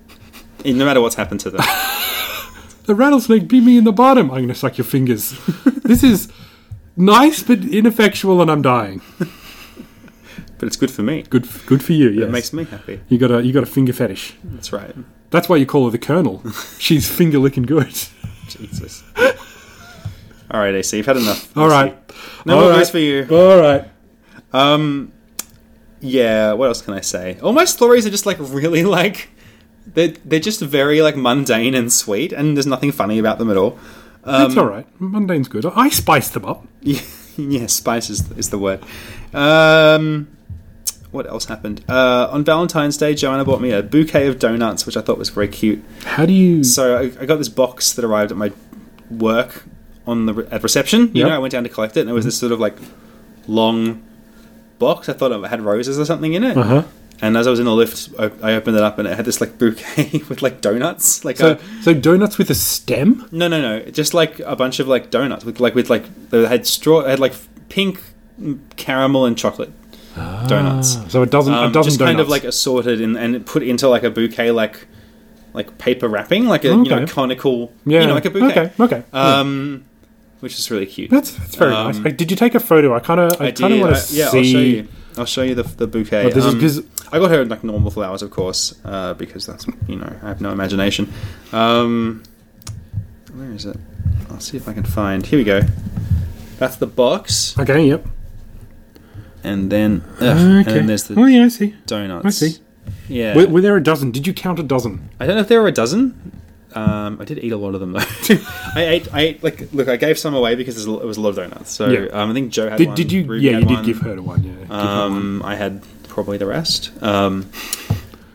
no matter what's happened to them. The rattlesnake beat me in the bottom. I'm going to suck your fingers. *laughs* this is nice but ineffectual, and I'm dying. but it's good for me. Good, good for you. Yes. It makes me happy. you got a you got a finger fetish. That's right. That's why you call her the *laughs* Colonel. She's finger licking good. Jesus. All right, AC, you've had enough. All right. No All more right. goes for you. All right. Um, yeah. What else can I say? All my stories are just like really like they're they're just very like mundane and sweet, and there's nothing funny about them at all. Um, That's all right. Mundane's good. I spiced them up. *laughs* yeah, spice is, is the word. Um, what else happened? Uh, on Valentine's Day, Joanna bought me a bouquet of donuts, which I thought was very cute. How do you? So I, I got this box that arrived at my work on the re- at reception. You Yep. know, I went down to collect it, and it was this sort of like long box. I thought it had roses or something in it. Uh huh. And as I was in the lift, I, I opened it up, and it had this like bouquet *laughs* with like donuts, like So a, so donuts with a stem. no, no, no. Just like a bunch of like donuts with like with like they had straw, had like pink mm, caramel and chocolate Ah. donuts. So it doesn't. Um, it doesn't. just kind of like assorted and, and put into like a bouquet, like like paper wrapping, like a you know Okay. conical, yeah. you know, like a bouquet, Okay. Okay. um, which is really cute. that's that's very um, nice. Like, did you take a photo? I kind of. I, I kind of did. want I- to yeah, see. I'll show you. I'll show you the, the bouquet. But this is Um, 'cause- I got her like normal flowers, of course, uh, because that's you know I have no imagination. Um, where is it? I'll see if I can find. Here we go. That's the box, Okay. Yep. and then ugh, and okay. then there's the oh yeah, I see. donuts. I see. Yeah, Were, were there a dozen? Did you count a dozen? I don't know if there were a dozen. Um, I did eat a lot of them though. *laughs* I ate, I ate like look, I gave some away because there's a- it was a lot of donuts. So Yeah. um, I think Joe had Did, one. did you? Ruby yeah, had you one. did give her to one. Yeah. Give her one. Um, I had probably the rest. Um,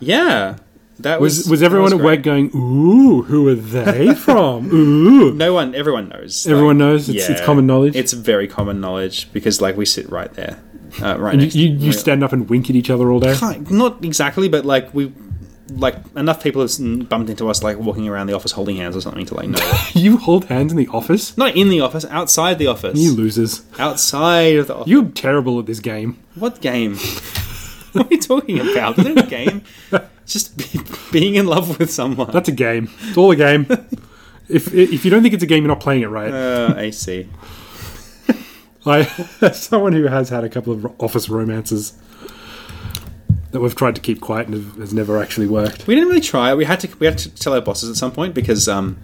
yeah, that was. Was was everyone that at great. work going? Ooh, who *laughs* are they from? Ooh. No one. Everyone knows. Everyone knows? It's- it's common knowledge? It's very common knowledge because like we sit right there, uh, right And next. you, you, you we- stand up and wink at each other all day. Kind- not exactly, but like we. Like enough people have s- bumped into us, like walking around the office holding hands or something, to like know. *laughs* it. *laughs* You hold hands in the office. Not in the office, outside the office, You losers. outside of the office. You're terrible at this game. What game? *laughs* what are we talking about? Is it a *laughs* game? Just be, being in love with someone. That's a game. It's all *laughs* a game. if if you don't think it's a game, you're not playing it right. Uh, AC. I as *laughs* someone who has had a couple of office romances that we've tried to keep quiet and has- has never actually worked. We didn't really try. We had to. We had to tell our bosses at some point because um,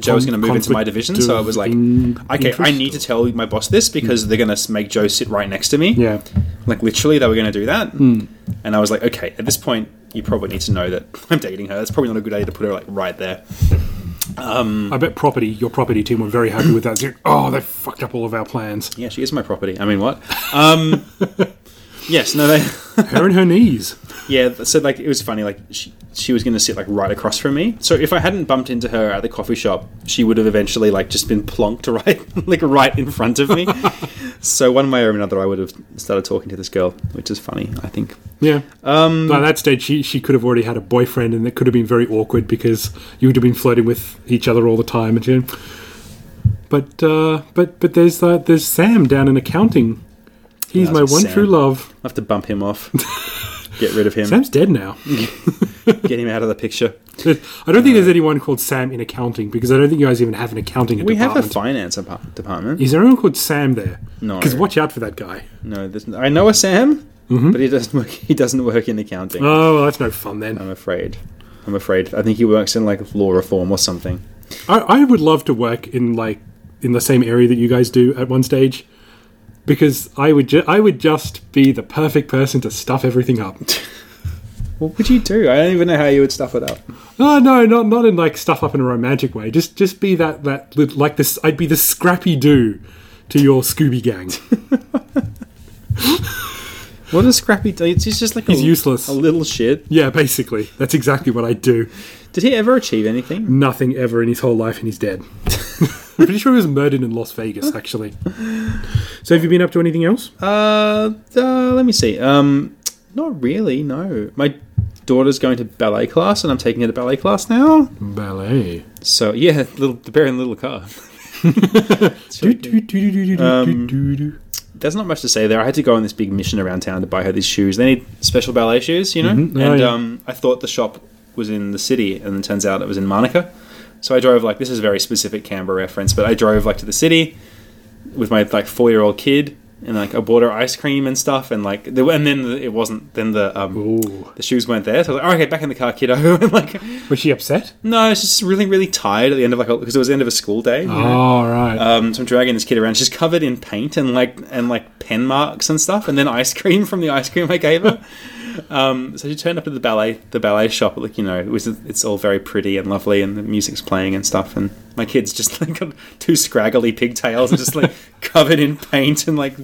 Joe was Con- going to move into my conflict division. So I was like, of in- okay, I interest? need to tell my boss this because they're going to make Joe sit right next to me. Yeah. Hmm. Like literally, they were going to do that. And I was like, okay, at this point, you probably need to know that *laughs* I'm dating her. That's probably not a good idea to put her like right there. I bet property, your property team were very happy with that. They're like, Oh, they fucked up all of our plans. Yeah, she is my property. I mean, what? Um, *laughs* yes. No, they. Her and her knees. Yeah, th- so like it was funny. Like she, she was going to sit like right across from me. So if I hadn't bumped into her at the coffee shop, she would have eventually like just been plonked *laughs* right like right in front of *laughs* me. so one way or another, I would have started talking to this girl, which is funny. I think. Yeah. Um, By that stage, she, she could have already had a boyfriend, and it could have been very awkward because you would have been flirting with each other all the time. And she, but uh, but but there's uh, there's Sam down in accounting. He's Yeah, my one Sam. true love. I have to bump him *laughs* off, get rid of him, Sam's dead now. get him out of the picture. I don't think there's anyone called Sam in accounting because I don't think you guys even have an accounting We have department. a finance apart- department. Is there anyone called Sam there? No. Because watch out for that guy. No, there's, I know a Sam, but he doesn't work. He doesn't work in accounting. Oh, well, that's no fun then. I'm afraid. I'm afraid. I think he works in like law reform or something. I, I would love to work in like in the same area that you guys do at one stage because I would ju- I would just be the perfect person to stuff everything up. What would you do? I don't even know how you would stuff it up. oh no, not not in like stuff up in a romantic way. Just just be that that lit- like this I'd be the scrappy do to your Scooby gang. What a scrappy dude. He's just like He's a, useless. A little shit. yeah, basically. That's exactly what I do. Did he ever achieve anything? Nothing ever in his whole life and he's dead. *laughs* I'm pretty sure he was murdered in Las Vegas actually. So have you been up to anything else? Uh, uh let me see. Um, not really. No, my daughter's going to ballet class, and I'm taking her to ballet class now. Ballet. So yeah, little the bear in the little car. *laughs* Do, do, do, do, do, do, do, do. There's not much to say there. I had to go on this big mission around town to buy her these shoes. They need special ballet shoes, you know. Mhm. Oh, and yeah. um, I thought the shop was in the city, and it turns out it was in Monica. So I drove like this is a very specific Canberra reference, but I drove like to the city with my like four year old kid, and like I bought her ice cream and stuff, and like there, and then it wasn't then the um Ooh. the shoes weren't there. So I was like, oh, okay, back in the car, kiddo. *laughs* and like Was she upset? no, it's just really really tired at the end of like because it was the end of a school day. you know? Oh, right. Um, so I'm dragging this kid around. She's covered in paint and like and like pen marks and stuff, and then ice cream from the ice cream I gave her. um, so she turned up to the ballet the ballet shop. Like you know, it was it's all very pretty and lovely, and the music's playing and stuff. And my kid's just *laughs* like got two scraggly pigtails and just like covered in paint and like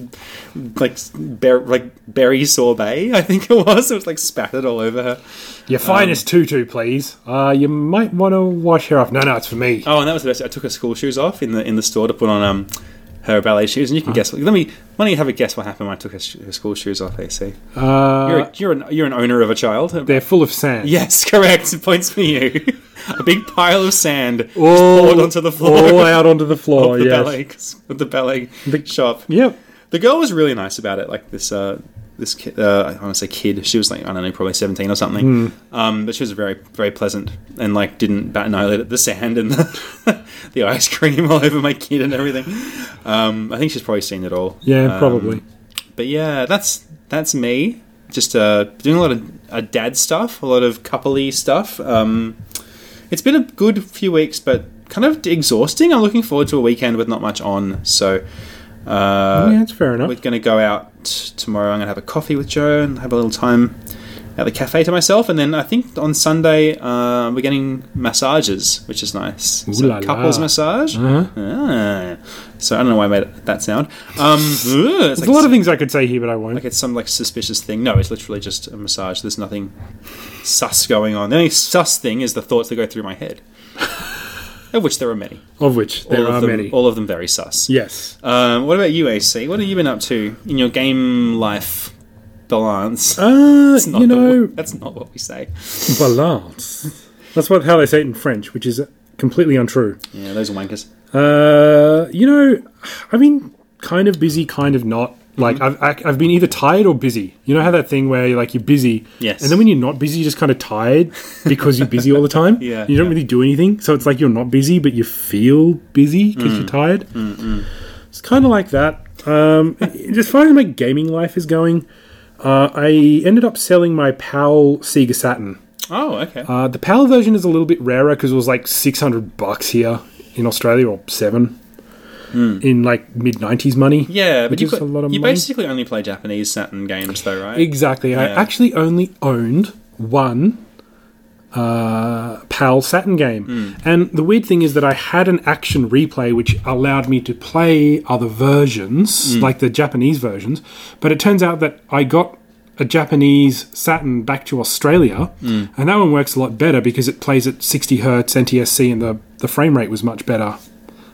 like ber- like berry sorbet. I think it was. It was like spattered all over her. Your finest um, tutu, please. Uh, you might want to wash her off. No, no, it's for me. Oh, and that was the best. I took her school shoes off in the in the store to put on um her ballet shoes, and Uh-huh. you can guess. Let me why don't you have a guess what happened when I took her, sh- her school shoes off? AC. You're, Uh, a, you're an you're an owner of a child. they're full of sand. Yes, *laughs* correct. Points for you. *laughs* a big pile of sand just poured *laughs* all onto the floor All out onto *laughs* the of floor. the Oh, yes. ballet of the ballet shop. Yep. The girl was really nice about it. Like this, uh, this ki- uh, I want to say kid. She was like I don't know, probably seventeen or something. Hmm. Um, but she was very, very pleasant and like didn't bat an eyelid at the sand and *laughs* the, the ice cream all over my kid and everything. Um, I think she's probably seen it all. Yeah, Um, probably. But yeah, that's that's me. Just uh, doing a lot of uh, dad stuff, a lot of coupley stuff. Um, it's been a good few weeks, but kind of exhausting. I'm looking forward to a weekend with not much on. So. Uh, yeah, that's fair enough. we're going to go out t- tomorrow. I'm going to have a coffee with Joe and have a little time at the cafe to myself. And then I think on Sunday uh, we're getting massages, which is nice. Ooh So la Uh-huh. la. couples massage. Ah. So I don't know why I made that sound. *laughs* Um, it's There's like a lot of things I could say here, but I won't. like it's some like suspicious thing. No, it's literally just a massage. There's nothing sus going on. The only sus thing is the thoughts that go through my *laughs* head, of which there are many. Of which there all are of them, many. All of them very sus. yes. Um, what about you, AC? What have you been up to in your game life balance? Uh, Not you the- know, *laughs* that's not what we say. balance. That's what how they say it in French, which is completely untrue. Yeah, those wankers. Uh, you know, I've been kind of busy, kind of not. Mm. Like I've I- I've been either tired or busy. You know how that thing where you're like you're busy, Yes. and then when you're not busy, you're just kind *laughs* of tired because you're busy all the time. Yeah, you don't yeah. really do anything, so it's like you're not busy, but you feel busy because you're Mm. tired. It's kind of like that. Um, *laughs* as far as my gaming life is going, uh, I ended up selling my PAL Sega Saturn. Oh, okay. Uh, the PAL version is a little bit rarer because it was like 600 bucks here in Australia or seven in like mid 90s money. yeah, but which you, is a lot of you money. basically only play Japanese Saturn games, though, right? Exactly. I Yeah. actually only owned one uh, PAL Saturn game. Hmm. And the weird thing is that I had an action replay which allowed me to play other versions, Hmm. like the Japanese versions. But it turns out that I got a Japanese Saturn back to Australia, Hmm. and that one works a lot better because it plays at 60 hertz NTSC and the, the frame rate was much better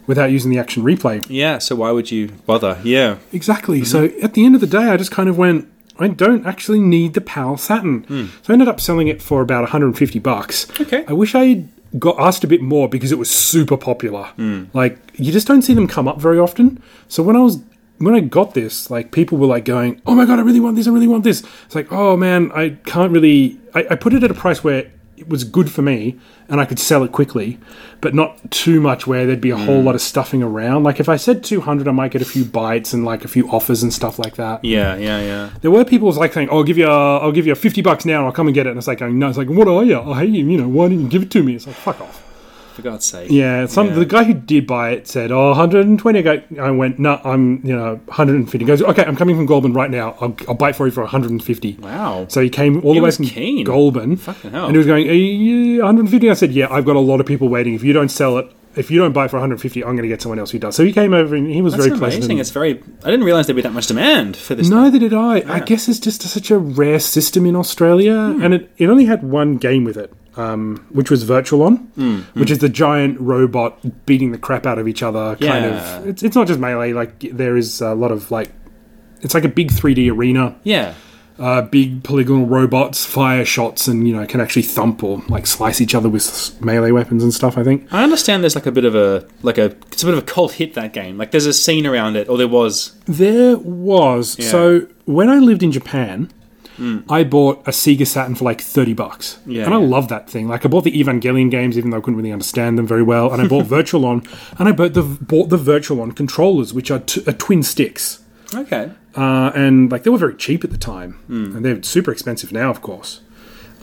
without using the action replay. yeah. So why would you bother? Yeah. Exactly. So at the end of the day, I just kind of went, I don't actually need the PAL Saturn. So I ended up selling it for about 150 bucks. Okay. I wish I had got asked a bit more because it was super popular. Like you just don't see them come up very often. So when I was when I got this, like people were like going, "Oh my god, I really want this! I really want this!" It's like, "Oh man, I can't really." I, I put it at a price where it was good for me and I could sell it quickly, but not too much where there'd be a whole lot of stuffing around. Like if I said 200, I might get a few bites and like a few offers and stuff like that. Yeah. Yeah. Yeah. There were people who was like saying, "I'll give you, uh, I'll give you fifty bucks now, and I'll come and get it." And it's like, going, "No, it's like, what are you? I hate you. You know, why didn't you give it to me?" It's like, "Fuck off." For God's sake. Yeah, some Yeah. the guy who did buy it said, "Oh, 120." I, go, I went, "No, I'm, you know, 150." He goes, "Okay, I'm coming from Goulburn right now. I'll, I'll buy it for you for 150." Wow. So he came all He the way was from keen. Goulburn, Fucking hell. and he was going, "Are you 150?" I said, "Yeah, I've got a lot of people waiting. If you don't sell it, if you don't buy it for 150, I'm going to get someone else who does." So he came over and he was That's very amazing. pleasant. and- It's very. I didn't realize there'd be that much demand for this. Neither did I. I guess it's just such a rare system in Australia, and it, it only had one game with it, um, which was Virtual On, which is the giant robot beating the crap out of each other. Kind Yeah. of. It's, it's not just melee. Like there is a lot of like, it's like a big 3D arena. Yeah. Uh, big polygonal robots fire shots, and you know can actually thump or like slice each other with s- melee weapons and stuff. I think. I understand. There's like a bit of a like a it's a bit of a cult hit that game. Like there's a scene around it, or there was. There was. Yeah. Hmm. So when I lived in Japan, I bought a Sega Saturn for like 30 bucks. Yeah, and I yeah. love that thing. Like I bought the Evangelion games even though I couldn't really understand them very well and *laughs* I bought Virtual On and I bought the bought the Virtual On controllers which are, t- are twin sticks. Okay. Uh, and like they were very cheap at the time, Hmm. and they're super expensive now, of course.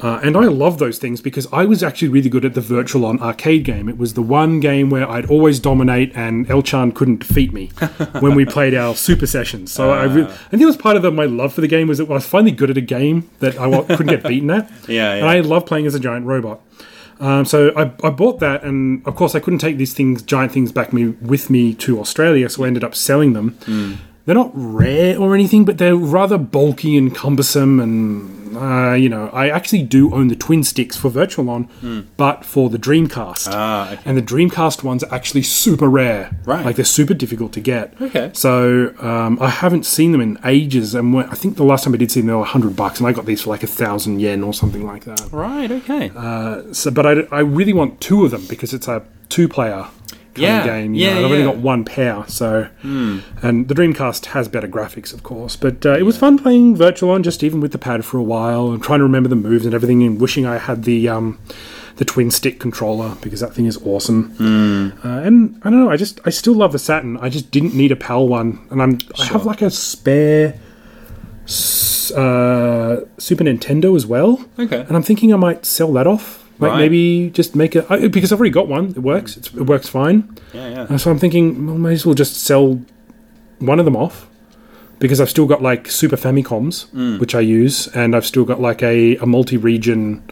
Uh, and I love those things because I was actually really good at the Virtual On arcade game. It was the one game where I'd always dominate, and Elchan couldn't defeat *laughs* me when we played our super sessions. So I, re- Ah. I think it was part of the, my love for the game was that I was finally good at a game that I wa- couldn't get beaten at. *laughs* Yeah, And yeah. I love playing as a giant robot. Um, so I, I bought that, and of course I couldn't take these things, giant things, back me with me to Australia. So I ended up selling them. Hmm. They're not rare or anything, but they're rather bulky and cumbersome. And uh, you know, I actually do own the twin sticks for Virtual On, but for the Dreamcast. Hmm. Ah, okay. And the Dreamcast ones are actually super rare. Right. Like they're super difficult to get. Okay. So um, I haven't seen them in ages, and when, I think the last time I did see them, they were hundred bucks, and I got these for like a thousand yen or something like that. Right. Okay. Uh, So, but I, I really want two of them because it's a two-player kind Yeah, of game. you yeah, know, and I've only yeah. Hmm. got one pair, so and the Dreamcast has better graphics, of course. But uh, it was fun playing Virtual On just even with the pad for a while and trying to remember the moves and everything, and wishing I had the um, the twin stick controller because that thing is awesome. Hmm. Uh, and I don't know, I just I still love the Saturn. I just didn't need a PAL one, and I'm I have like a spare. s- Uh, Super Nintendo as well. Okay. And I'm thinking I might sell that off. Like Right. maybe just make it I- because I've already got one. It works. It's, it works fine. yeah. Yeah. And so I'm thinking, well, may as well just sell one of them off because I've still got like Super Famicoms, which I use, and I've still got like a, a multi-region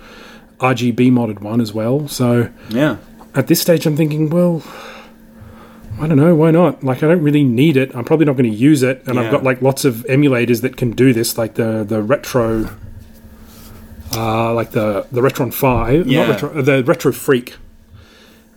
RGB modded one as well. So yeah. at this stage, I'm thinking, well, I don't know, why not? Like, I don't really need it. I'm probably not going to use it, and Yeah. I've got like lots of emulators that can do this, like the the retro, uh, like the the Retron Five, Yeah. not retro, the Retro Freak.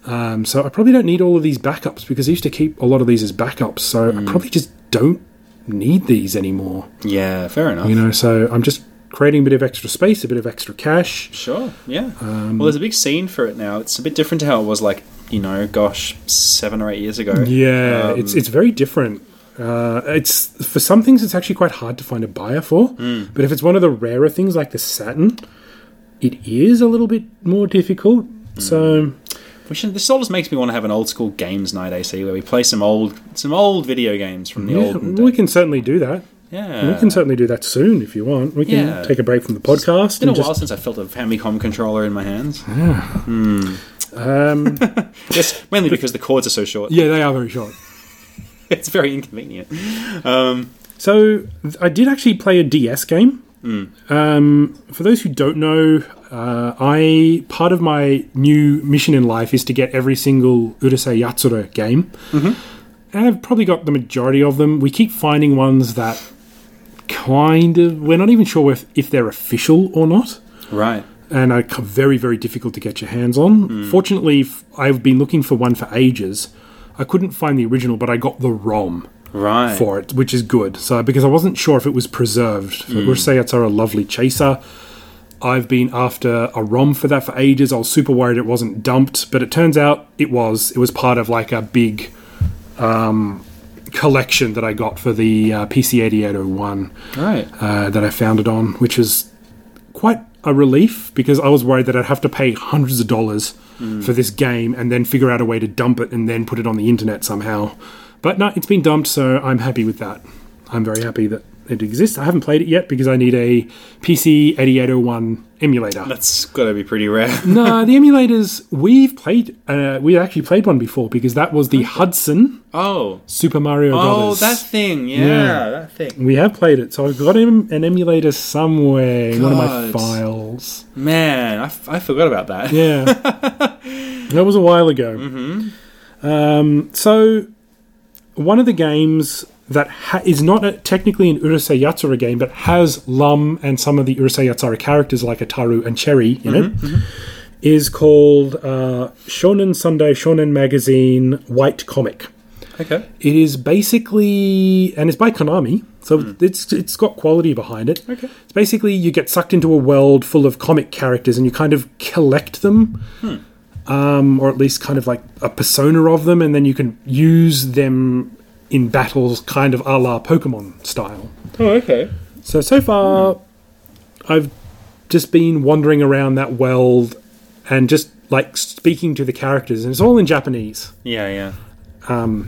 Um, so I probably don't need all of these backups because I used to keep a lot of these as backups. So Mm. I probably just don't need these anymore. Yeah. Fair enough. You know, so I'm just creating a bit of extra space, a bit of extra cash. Sure. Yeah. Um, well, there's a big scene for it now. It's a bit different to how it was like you know, gosh, seven or eight years ago. Yeah, Um, it's it's very different. Uh, it's for some things it's actually quite hard to find a buyer for. Hmm. But if it's one of the rarer things like the Saturn, it is a little bit more difficult. Hmm. So We should, this all just makes me want to have an old school games night AC where we play some old some old video games from the yeah, olden we days. can certainly do that. Yeah, we can certainly do that soon if you want. We can Yeah. take a break from the It's podcast. been a And while just, since I felt a Famicom controller in my hands. Hmm. um, *laughs* Yes, mainly because the cords are so short. yeah, they are very short. *laughs* It's very inconvenient. So th- I did actually play a DS game. Um, for those who don't know, uh, I part of my new mission in life is to get every single Urusei Yatsura game, and I've probably got the majority of them. We keep finding ones that kind of we're not even sure if, if they're official or not Right. and are c- very, very difficult to get your hands on. Fortunately, f- I've been looking for one for ages. I couldn't find the original, but I got the ROM Right. for it, which is good. So because I wasn't sure if it was preserved. Mm. Ursayats are a lovely chaser. I've been after a ROM for that for ages. I was super worried it wasn't dumped, but it turns out it was. It was part of like a big um, collection that I got for the uh, PC8801 Right. uh, that I found it on, which is quite a relief because I was worried that I'd have to pay hundreds of dollars for this game and then figure out a way to dump it and then put it on the internet somehow. But no, it's been dumped, so I'm happy with that. I'm very happy that it exists. I haven't played it yet because I need a PC 8801 emulator. That's got to be pretty rare. no, the emulators we've played. Uh, we actually played one before because that was the Hudson Oh. Super Mario Oh, Brothers. that thing. Yeah, Yeah. that thing. We have played it, so I've got em- an emulator somewhere in one of my God. files. Man, I, f- I forgot about that. Yeah, *laughs* that was a while ago. Um, so, one of the games that ha- is not a, technically an Urusei Yatsura game, but has Lum and some of the Urusei Yatsura characters like Ataru and Cherry in it, is called uh, Shonen Sunday Shonen Magazine White Comic. Okay. It is basically, and it's by Konami, so it's it's got quality behind it. Okay. It's basically you get sucked into a world full of comic characters, and you kind of collect them, um, or at least kind of like a persona of them, and then you can use them in battles, kind of a la Pokemon style. Oh, okay. So so far, I've just been wandering around that world and just like speaking to the characters, and it's all in Japanese. Yeah, yeah.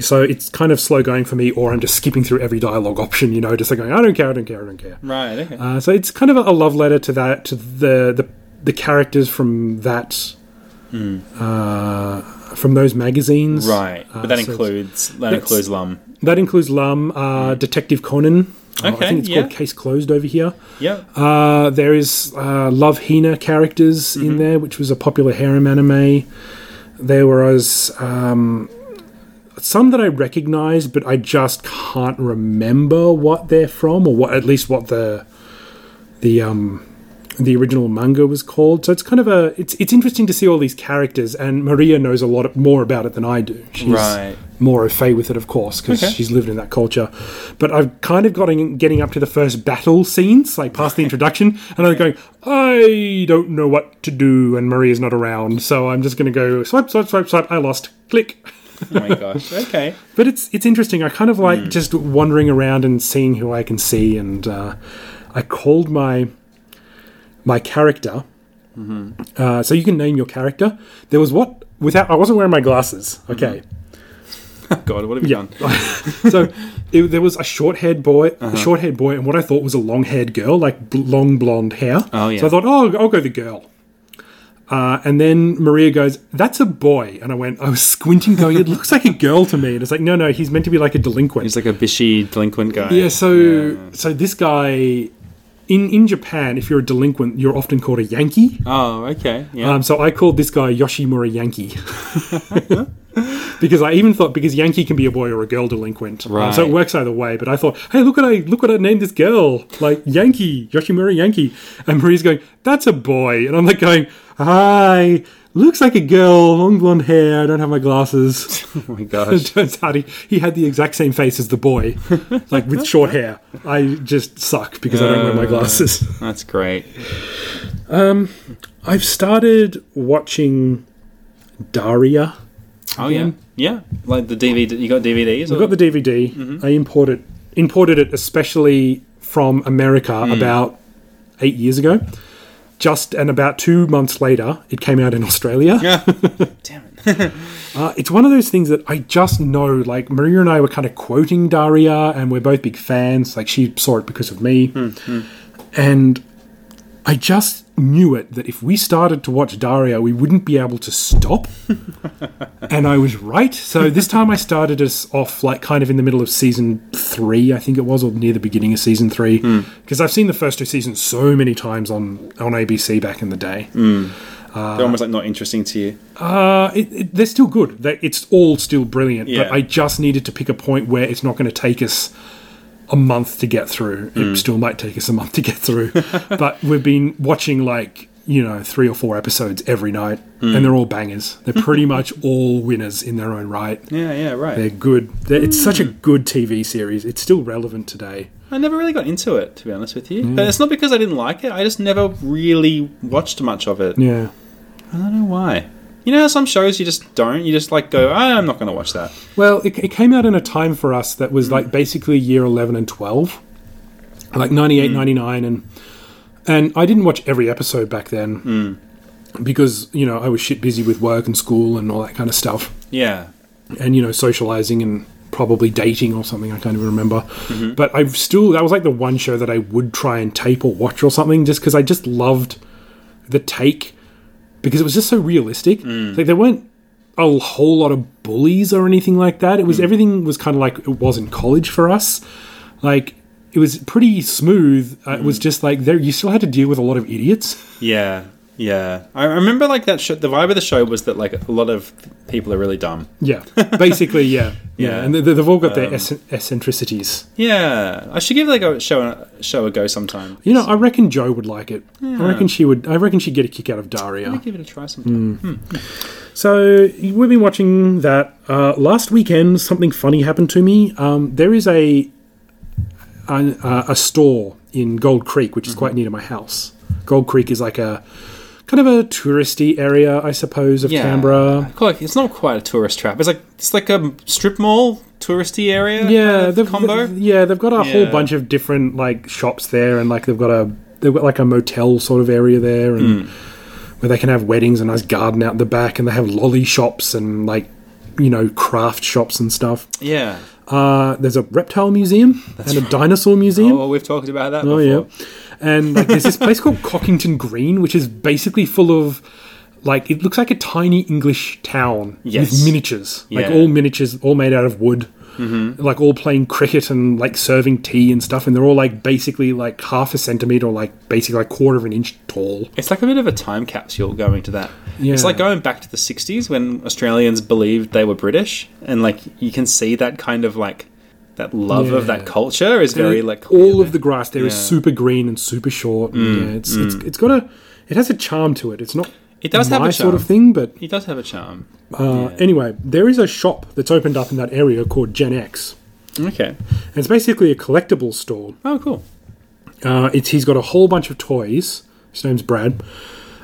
So it's kind of slow going for me, or I'm just skipping through every dialogue option, you know, just like going, I don't care, I don't care, I don't care. Right, okay. Uh, so it's kind of a love letter to that, to the the, the characters from that, uh, from those magazines. Hmm. right. Uh, but that so it's- includes that that's- includes Lum. that includes Lum, uh, Detective Conan. Oh, Hmm. Okay, I think it's yeah. called Case Closed over here. *laughs* Yep. Oh Uh, there is uh, Love Hina characters Mm-hmm. in there, which was a popular harem anime. There was um, some that I recognized, but I just can't remember what they're from, or what at least what the the um, the original manga was called. So it's kind of a it's it's interesting to see all these characters, and Maria knows a lot more about it than I do. She's Right. more au fait with it, of course, because Okay. she's lived in that culture. But I've kind of gotten getting up to the first battle scenes, like past the introduction, *laughs* and I'm going, I don't know what to do, and Maria's not around, so I'm just going to go swipe, swipe, swipe, swipe. I lost. Click. *laughs* Oh my gosh. Okay. But it's it's interesting. I kind of like Hmm. just wandering around and seeing who I can see, and uh, I called my my character. Mm-hmm. Uh, so you can name your character. There was what without I wasn't wearing my glasses. Okay. Mm-hmm. God, what have you Yeah. done? so it, there was a short-haired boy, Uh-huh. a short-haired boy, and what I thought was a long-haired girl, like bl- long blonde hair. Oh, yeah. So I thought, oh, I'll- I'll go the girl. Uh, and then Maria goes, "That's a boy," and I went, I was squinting, going, "It looks like a girl to me." And it's like, no, no, he's meant to be like a delinquent. He's like a bishy delinquent guy. yeah. So so this guy. In, in Japan, if you're a delinquent, you're often called a Yankee. Oh, okay. Yeah. Um, so I called this guy Yoshimura Yankee. because I even thought because Yankee can be a boy or a girl delinquent. Um, so Right. it works either way, but I thought, hey, look what I look what I named this girl. Like Yankee, Yoshimura Yankee. And Maria's going, That's a boy. And I'm like going, Hi, looks like a girl, long blonde hair, I don't have my glasses. *laughs* oh my it gosh. turns out he, he had the exact same face as the boy. like with short hair. I just suck because I don't wear my glasses. That's great. I've started watching Daria. Oh yeah. Yeah. Like the DVD you got DVDs? I've got the DVD. I imported imported it especially from America about eight years ago. Just and about two months later, it came out in Australia. *laughs* Damn it. Uh, it's one of those things that I just know. Like Maria and I were kind of quoting Daria, and we're both big fans. Like she saw it because of me, and I just knew it that if we started to watch Daria, we wouldn't be able to stop. and I was right. So this time I started us off like kind of in the middle of season three, I think it was, or near the beginning of season three, because I've seen the first two seasons so many times on on ABC back in the day. They're almost like not interesting to you. Uh, it, it, they're still good. They, it's all still brilliant. Yeah. But I just needed to pick a point where it's not going to take us a month to get through. It still might take us a month to get through. but we've been watching like you know three or four episodes every night, and they're all bangers. They're pretty much all winners in their own right. Yeah, yeah, right. They're good. They're, it's such a good TV series. It's still relevant today. I never really got into it, to be honest with you. But it's not because I didn't like it. I just never really watched much of it. Yeah. I don't know why. You know how some shows you just don't. You just like go. "Ah, I'm not going to watch that. Well, it, it came out in a time for us that was like basically year 11 and 12, like 98, 99. And, and I didn't watch every episode back then because, you know, I was shit busy with work and school and all that kind of stuff Yeah. and you know socializing and probably dating or something i can't even remember but i still that was like the one show that i would try and tape or watch or something just because i just loved the take because it was just so realistic like there weren't a whole lot of bullies or anything like that it was everything was kind of like it was in college for us like it was pretty smooth uh, it was just like there you still had to deal with a lot of idiots Yeah. Yeah. I I remember like that. Show, the vibe of the show was that like a lot of people are really dumb. yeah basically yeah yeah, Yeah. and they, they've all got their eccent- eccentricities Yeah. I should give like a show a show a go sometime. You know, I reckon Joe would like it. I reckon she would. I reckon she'd get a kick out of I'll Daria. give it a try mm, sometime. So we've been watching that. Uh, last weekend, something funny happened to me. Um, there is a a, uh, a store in Gold Creek, which is quite near to my house. Gold Creek is like a kind of a touristy area, I suppose, of Yeah. Canberra. Like, it's not quite a tourist trap. It's like it's like a strip mall touristy area. kind yeah, of they've, combo. they've- yeah, they've got a whole Yeah. bunch of different like shops there, and like they've got a they've got like a motel sort of area there, Hmm. and where they can have weddings and a nice garden out the back, and they have lolly shops and like you know craft shops and stuff. yeah. Uh, there's a reptile museum and a dinosaur museum. Oh, we've talked about that. Oh before. yeah, and like, there's this place called Cockington Green, which is basically full of like it looks like a tiny English town Yes. with miniatures, like Yeah. Mm-hmm. all miniatures, all made out of wood, like all playing cricket and like serving tea and stuff, and they're all like basically like half a centimeter, or like basically like quarter of an inch tall. It's like a bit of a time capsule going to that. Yeah. It's like going back to the 60s when Australians believed they were British and like you can see that kind of like that love of Yeah. that culture is very like all of the grass there is Yeah. Mm, super green and super short. And, yeah, it's, it's it's got a it has a charm to it. It's not It does my have a sort of charm. thing, but He does have a charm. uh, anyway, there is a shop that's opened up in that area called Gen X. Okay. And it's basically a collectible store. Oh, cool. Uh, it's he's got a whole bunch of toys. His name's Brad.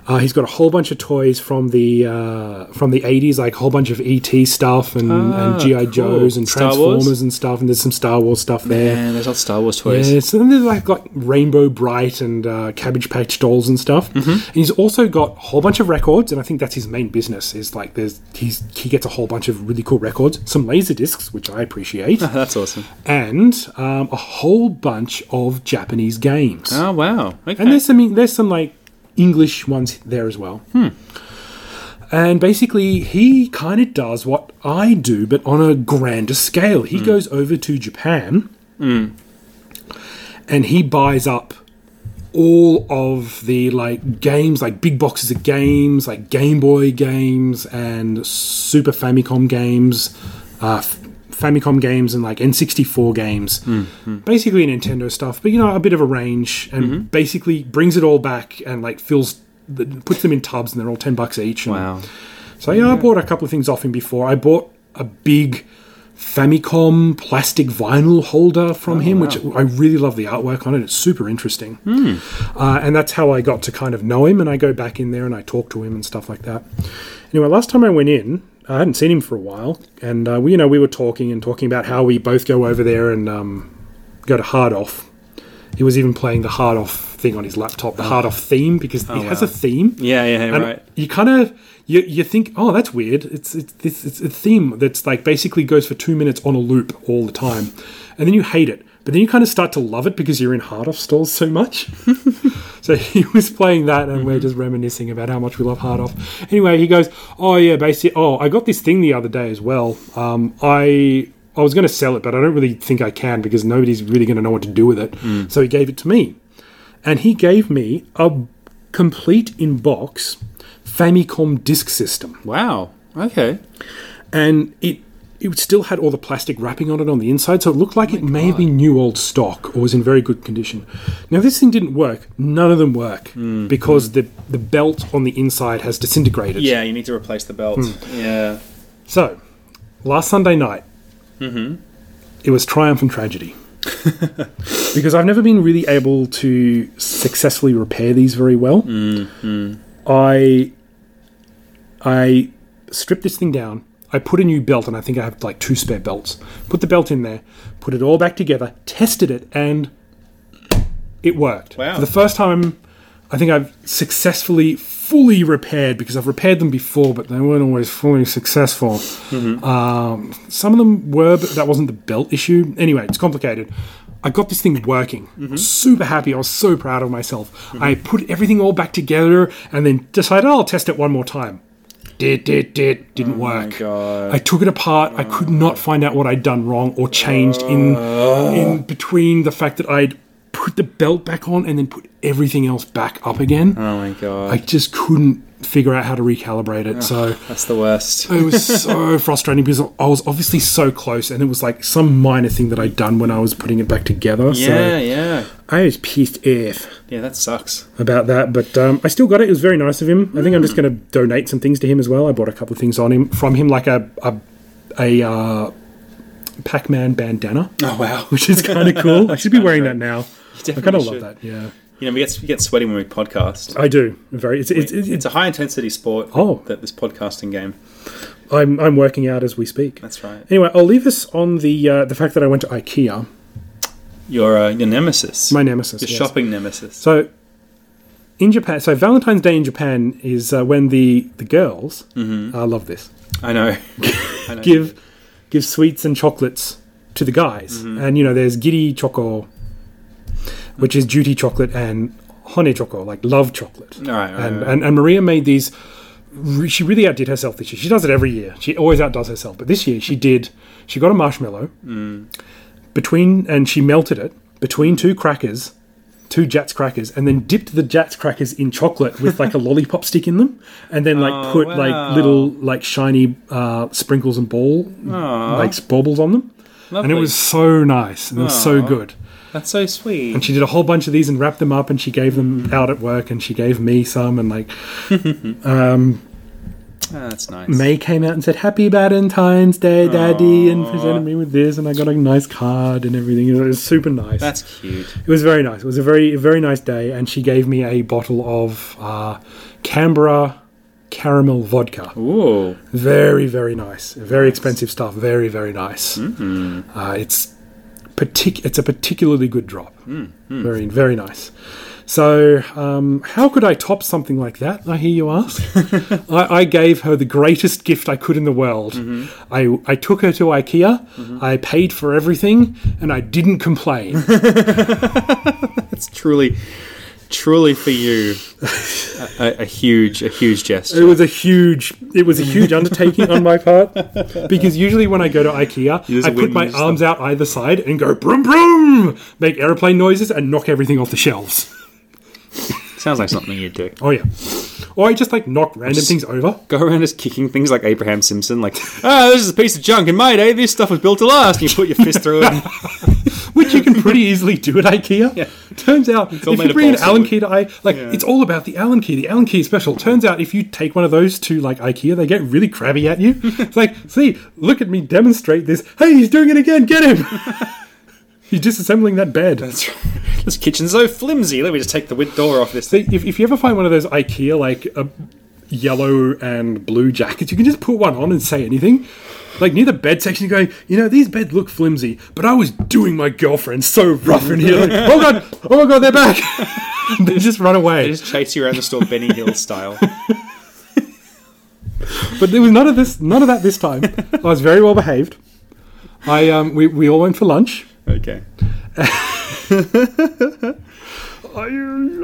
Uh, he's got a whole bunch of toys from the uh, from the eighties, like a whole bunch of ET stuff and, Ah, and GI cool. Joes and Star Wars? Transformers and stuff. And there's some Star Wars stuff there. And there's old Star Wars Yeah, toys. so then there's like, like Rainbow Bright and uh, Cabbage Patch dolls and stuff. Mm-hmm. And he's also got a whole bunch of records, and I think that's his main business. Is like there's he's he gets a whole bunch of really cool records, some laser discs, which I appreciate *laughs* That's awesome. and um, a whole bunch of Japanese games. Oh, wow. Okay. And there's some there's some like English ones there as well. Hmm. And basically, he kind of does what I do, but on a grander scale. Hmm. He goes over to Japan, and he buys up all of the like games, like big boxes of games, like Game Boy games and Super Famicom games, uh, F- Famicom games, and like N64 games. Basically, Nintendo stuff, but you know, a bit of a range, and basically brings it all back and like fills. The, puts them in tubs and they're all 10 bucks each. and- wow. So, yeah, I bought a couple of things off him before. I bought a big Famicom plastic vinyl holder from him, which I really love the artwork on it. It's super interesting. Uh, and that's how I got to kind of know him. And I go back in there and I talk to him and stuff like that. Anyway, last time I went in, I hadn't seen him for a while. And, uh, we, you know, we were talking and talking about how we both go over there and um, go to Hard Off. He was even playing the Hard Off thing on his laptop, the Hard Off theme, because it has wow. a theme. Yeah, yeah, yeah, And right. You kind of you you think, oh, that's weird. It's it's this it's a theme that's like basically goes for two minutes on a loop all the time, and then you hate it. But then you kind of start to love it because you're in hard off stalls so much. *laughs* so he was playing that, and we're just reminiscing about how much we love hard off. Anyway, he goes, "Oh yeah, basically. Oh, I got this thing the other day as well. Um, I I was going to sell it, but I don't really think I can because nobody's really going to know what to do with it. Mm. So he gave it to me, and he gave me a complete in box Famicom disk system, Wow. Okay. and it it still had all the plastic wrapping on it on the inside, so it looked like it may have been new old stock or was in very good condition. Now this thing didn't work; none of them work because the the belt on the inside has disintegrated. Yeah, you need to replace the belt. Hmm. Yeah. So last Sunday night, it was triumph and tragedy. because I've never been really able to successfully repair these very well. I I stripped this thing down. I put a new belt, and I think I have like two spare belts. Put the belt in there, put it all back together, tested it, and it worked. Wow. For the first time, I think I've successfully fully repaired because I've repaired them before, but they weren't always fully successful. Um, some of them were, but that wasn't the belt issue. Anyway, it's complicated. I got this thing working. Super happy. I was so proud of myself. I put everything all back together and then decided, oh, I'll test it one more time. Did, did, did. Didn't work. God. I took it apart. I could not find out what I'd done wrong or changed in in between the fact that I'd put the belt back on and then put everything else back up again. Oh my god. I just couldn't figure out how to recalibrate it. So That's the worst. it *laughs* was so frustrating because I was obviously so close and it was like some minor thing that I'd done when I was putting it back together. Yeah, So yeah. I was pissed off Yeah, that sucks. about that, but um, I still got it. It was very nice of him. I think I'm Hmm. just going to donate some things to him as well. I bought a couple of things on him from him, like a a, a uh, Pac-Man bandana, Oh wow. *laughs* which is kind *laughs* of cool. I should be wearing that now. I kind definitely of love should. that. Yeah, You know, we get we get sweaty when we podcast. I do. Very. It's, it's, it's, It's a high intensity sport. Oh. that this podcasting game. I'm I'm working out as we speak. That's right. Anyway, I'll leave us on the uh, the fact that I went to IKEA, Your uh, your nemesis. my nemesis. your yes. shopping nemesis. So in Japan, so Valentine's Day in Japan is uh, when the the girls. Mm-hmm. I love this. I know. I know. Give give sweets and chocolates to the guys, Mm-hmm. and you know there's giddy choco, which is duty chocolate, and honey choco, like love chocolate. All right, all right, and, all right. and and Maria made these. re- She really outdid herself this year. She does it every year. She always outdoes herself. But this year she did. She got a marshmallow between, and she melted it between two crackers, two Jats crackers, and then dipped the Jats crackers in chocolate *laughs* with like a lollipop stick in them, and then like Oh, put like wow. little like shiny uh, sprinkles and ball like baubles on them. And Lovely. it was so nice and it was so Aw. good. That's so sweet. And she did a whole bunch of these and wrapped them up, and she gave Mm. them out at work, and she gave me some, and like Ah, that's nice. May came out and said, Happy Valentine's Day, Daddy, and presented me with this, and I got a nice card and everything. It was super nice. That's cute. it was very nice. It was a very, very nice day, and she gave me a bottle of uh, Canberra caramel vodka. Ooh. Very, very nice. Very expensive stuff. Very, very nice. Uh, it's partic- It's a particularly good drop. Very, very nice. So, um, how could I top something like that? I hear you ask. I, I gave her the greatest gift I could in the world. I, I took her to IKEA. I paid for everything, and I didn't complain. That's truly, truly for you a, a, a huge, a huge It gesture. was a huge, it was *laughs* a huge undertaking on my part because usually when I go to IKEA, just I put wing my yourself. arms out either side and go broom broom, make aeroplane noises and knock everything off the shelves. Sounds like something you'd do. Oh yeah, or I just like knock random things over. Go around just kicking things like Abraham Simpson, like, ah, this is a piece of junk. In my day, this stuff was built to last. And you put your fist through *laughs* it. which you can pretty easily do *laughs* at IKEA. Turns out, if all made you of bring an balsa Allen wood. key to I, like it's all about the Allen key. The Allen key is special. Turns out, if you take one of those to like IKEA, they get really crabby at *laughs* you. it's like, see, look at me demonstrate this. Hey, he's doing it again. Get him. *laughs* he's disassembling that bed. this kitchen's so flimsy. Let me just take the wid door off this thing. See, if, if you ever find one of those IKEA like uh, yellow and blue jackets, you can just put one on and say anything. Like near the bed section, you're going, you know, these beds look flimsy, but I was doing my girlfriend so rough in here. Like, oh god, oh my god, they're back. *laughs* they just run They away. just chase you around the store, Benny Hill *laughs* style. But there was none of this, none of that this *laughs* time. I was very well behaved. I um, we, we all went for lunch. Okay. I,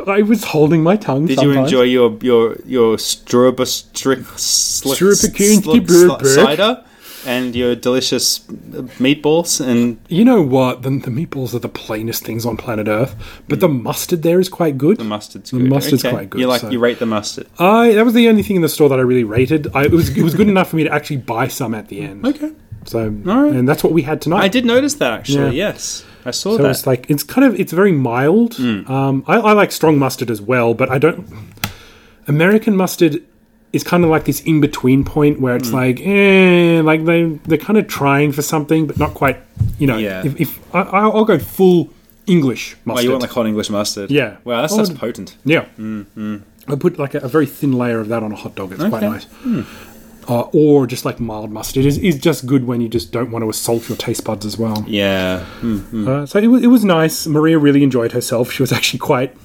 I was holding my tongue. Did you sometimes. enjoy your your your Strubastric slick Strubakinski Burberg. cider and your delicious meatballs and You know what? The, the meatballs are the plainest things on planet Earth, but the mustard there is quite good. Mm. the mustard's The good. mustard's Okay. quite good, You like so- you rate the mustard. I that was the only thing in the store that I really rated. I, it was it was *laughs* good enough for me to actually buy some at the end. Okay. So right. and that's what we had tonight. I did notice that actually. Yeah. Yes, I saw So that. Hmm. it's like it's kind of it's very mild. Um, I, I like strong mustard as well, but I don't. American mustard is kind of like this in between point where Hmm. it's like, eh, like they they're kind of trying for something, but not quite. You know, Yeah. if, if I, I'll I'll go full English oh, mustard. you want like hot English mustard? Yeah. Wow, that I sounds would- potent. Yeah. I put like a, a very thin layer of that on a hot dog. It's quite Mm-hmm. Okay. Hmm. nice. Uh, or just like mild mustard is, is just good when you just don't want to assault your taste buds as well. Yeah. Hmm. Uh, so it was, it was nice. Maria really enjoyed herself. She was actually quite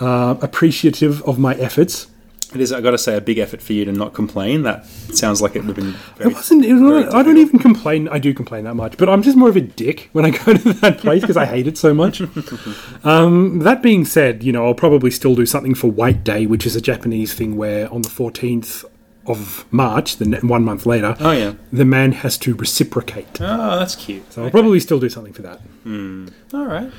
uh, appreciative of my efforts. It is. I got to say, a big effort for you to not complain. That sounds like it would have been. Very, It wasn't. It was, very I don't difficult. even complain. I do complain that much, but I'm just more of a dick when I *laughs* go to that place because I hate it so *laughs* much. Um, that being said, you know I'll probably still do something for White Day, which is a Japanese thing where on the 14th of March, the ne- one month later, Oh yeah. the man has to reciprocate. Oh, that's cute. So I'll probably still do something for that. All right.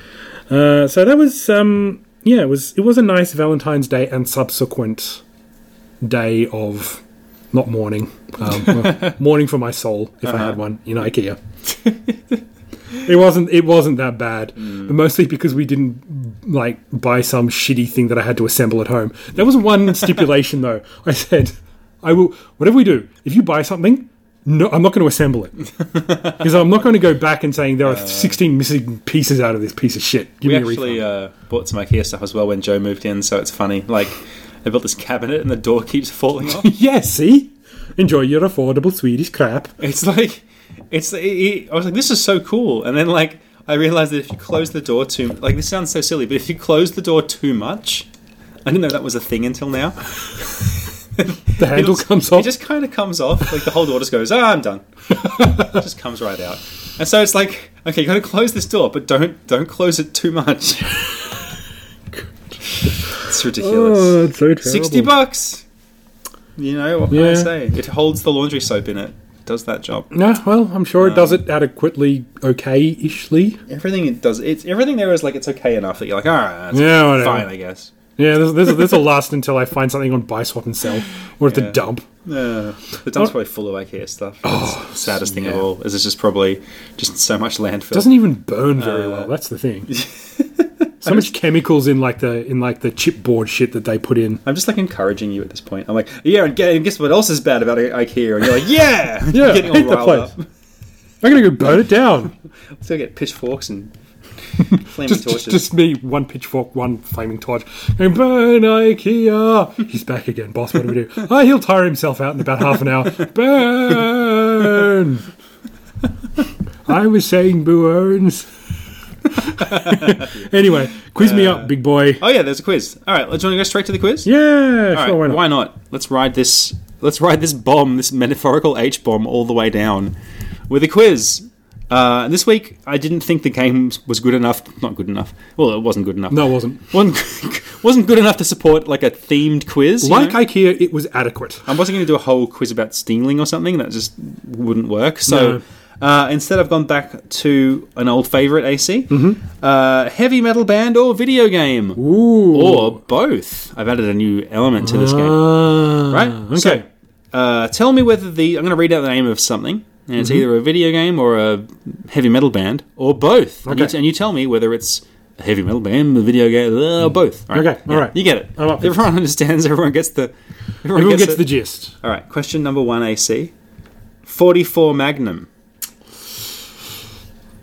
Uh, so that was um, yeah, it was it was a nice Valentine's Day and subsequent day of not mourning, um, *laughs* well, mourning for my soul if I Uh-huh. had one in IKEA. *laughs* it wasn't it wasn't that bad, Mm. but mostly because we didn't like buy some shitty thing that I had to assemble at home. There *laughs* was one stipulation though. I said, I will whatever we do. If you buy something. No, I'm not going to assemble it *laughs* because I'm not going to go back and saying there are 16 missing pieces out of this piece of shit. Give Uh. we me a refund. actually uh, bought some IKEA stuff as well when *laughs* Joe moved in, so it's funny. Like, I built this cabinet and the door keeps falling off. Yeah, see? Enjoy your affordable Swedish crap. It's like, it's. It, it- I was like, this is so cool, and then like I realized that if you close the door too, like this sounds so silly, but if you close the door too much, I didn't know that was a thing until now. The *laughs* handle It'll- comes off. It just kind of comes off. Like the whole door just goes, ah, I'm done. It just comes right out. And so it's like, okay, you got to close this door, but don't don't close it too much. *laughs* it's ridiculous. oh, it's so terrible. Sixty bucks. You know what can I Yeah. say? It holds the laundry soap in it. Does that job. No, well, I'm sure it does it adequately, okay-ishly. Everything it does. It's everything there is like it's okay enough that you're like, all right, that's Yeah, whatever. fine, I guess. Yeah, this, this, this will last until I find something on buy, swap, and sell, or at Yeah. the dump. Uh, the dump's probably full of IKEA stuff. That's the saddest thing of Oh. yeah. all is it's just probably just so much landfill. Doesn't even burn very well. That's the *laughs* thing. so much chemicals in like the in like the chipboard shit that they put in. I'm just like encouraging you at this point. I'm like, yeah, and gu- and guess what else is bad about I- IKEA? And you're like, yeah, *laughs* Yeah, You're getting I hate that all riled place. up. I'm gonna go burn it down. *laughs* Let's go get pitchforks and *laughs* flaming just, torches. just just me, one pitchfork, one flaming torch, and burn IKEA. He's back again, boss. What do *laughs* we do? Oh, he'll tire himself out in about half an hour. Burn. I was saying *laughs* burns. anyway, quiz me up, big boy. Oh yeah, there's a quiz. All right, let's want to go straight to the quiz. Yeah, All sure, right, why not? Let's ride this. Let's ride this bomb, this metaphorical H bomb, all the way down with a quiz. Uh, this week, I didn't think the game was good enough. Not good enough. Well, it wasn't good enough. No, it wasn't. wasn't, *laughs* wasn't good enough to support like a themed quiz. you Like know? IKEA, it was adequate. I wasn't going to do a whole quiz about Stingling or something. That just wouldn't work. So uh, instead, I've gone back to an old favorite AC uh, heavy metal band or video game. Mm-hmm. Ooh. Or both. I've added a new element to Oh, this game. Ah, Right? Okay. So, uh, tell me whether the. I'm going to read out the name of something. And Mm-hmm. it's either a video game or a heavy metal band or both. And, you, Okay. and you tell me whether it's a heavy metal band, a video game, uh, or both. All Mm. Okay, all Yeah, right. You get it. I'm up for Everyone *laughs* understands. Everyone gets the. Everyone, Everyone gets it. the gist. All right, question number one, AC. 44 Magnum.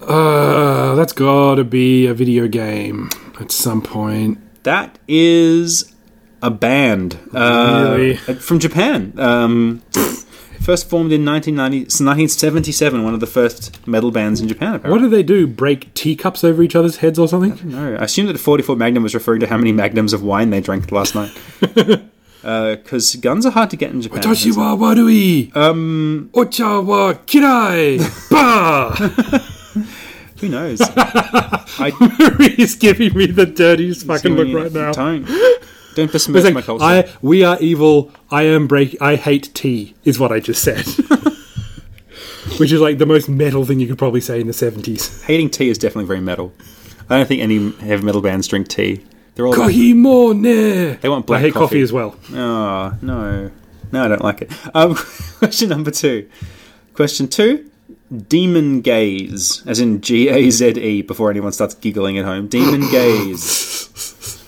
Uh, that's gotta be a video game at some point. That is a band. Uh, Really? From Japan. Um, *laughs* first formed in 1990, 1977, one of the first metal bands in Japan, What apparently. do they do? Break teacups over each other's heads or something? No, Oh, I assume that 44 Magnum was referring to how many magnums of wine they drank last *laughs* night. Because guns are hard to get in Japan. Toshi wa warui. Um. Ocha wa kirai. *laughs* Bah. Who *laughs* knows? I He's giving me the dirtiest fucking look right now. Don't, don't *laughs* besmirch It's my like, culture. I we are evil. I am break. I hate tea. Is what I just *laughs* said. Which is like the most metal thing you could probably say in the seventies. Hating tea is definitely very metal. I don't think any heavy metal bands drink tea. They're all like, Kohimone. They want black I hate coffee. coffee. as well. oh, no. No, I don't like it. Um, *laughs* question number two. Question two Demon gaze, as in G A Z E, before anyone starts giggling at home. *gasps* Demon gaze.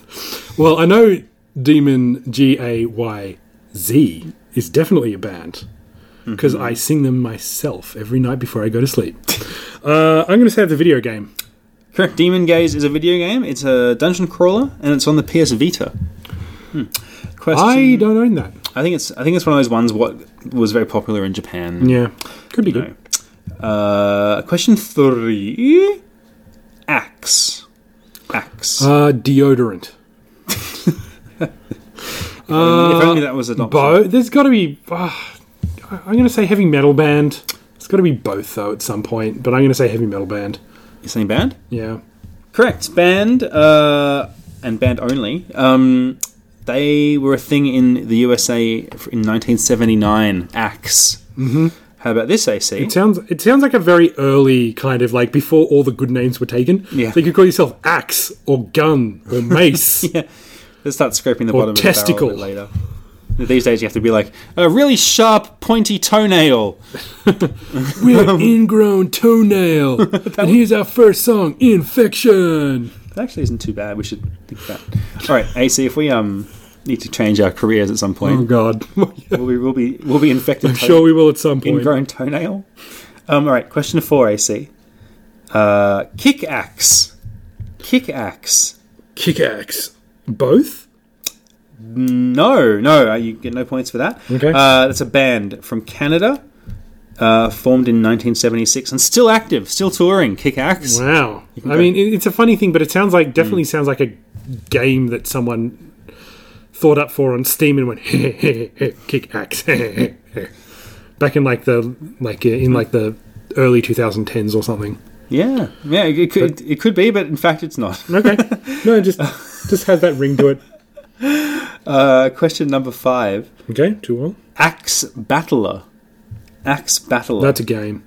Well, I know Demon G A Y Z is definitely a band because I sing them myself every night before I go to sleep. Uh, I'm going to say it's a video game. Correct. Demon Gaze is a video game, it's a dungeon crawler, and it's on the PS Vita. Hmm. Question. I don't own that. I think it's I think it's one of those ones what was very popular in Japan. Yeah, could be good. Uh, question three: Axe. Axe. Uh, deodorant. if only that was an option. Bo, there's got to be. Uh, I'm going to say heavy metal band. It's got to be both though at some point, but I'm going to say heavy metal band. You're saying band? Yeah. Correct. Band uh, and band only. Um, they were a thing in the USA in 1979. Axe. Mm-hmm. How about this AC? It sounds it sounds like a very early kind of like before all the good names were taken. Yeah. Like you call yourself axe or gun or mace. Let's start scraping the Or bottom of the testicle. barrel a bit later. These days, you have to be like a really sharp, pointy toenail. *laughs* We're ingrown *laughs* toenail. and here's our first song, Infection. That actually isn't too bad. We should think about. All right, AC. If we um need to change our careers at some Oh point, god. *laughs* I'm we'll be we'll be we'll be infected. toe- *laughs* sure we will at some point. ingrown toenail. Um. All right. Question four, AC. Uh, kick axe. Kick axe. Kick axe. Both? No, no, uh, you get no points for that. Okay. Uh, that's a band from Canada, uh, formed in 1976 and still active, still touring, kick axe. Wow. can I go- mean, it- it's a funny thing, but it sounds like definitely sounds like a game that someone thought up for on Steam and went *laughs* kick *laughs* axe back in like the like uh, in like the early 2010s or something. Yeah, yeah, it, it could it could be, but in fact, it's not. *laughs* *laughs* Okay. no, just just has that ring to it. Uh, question number five: Okay, too well. Axe Battler. Axe Battler. That's a game.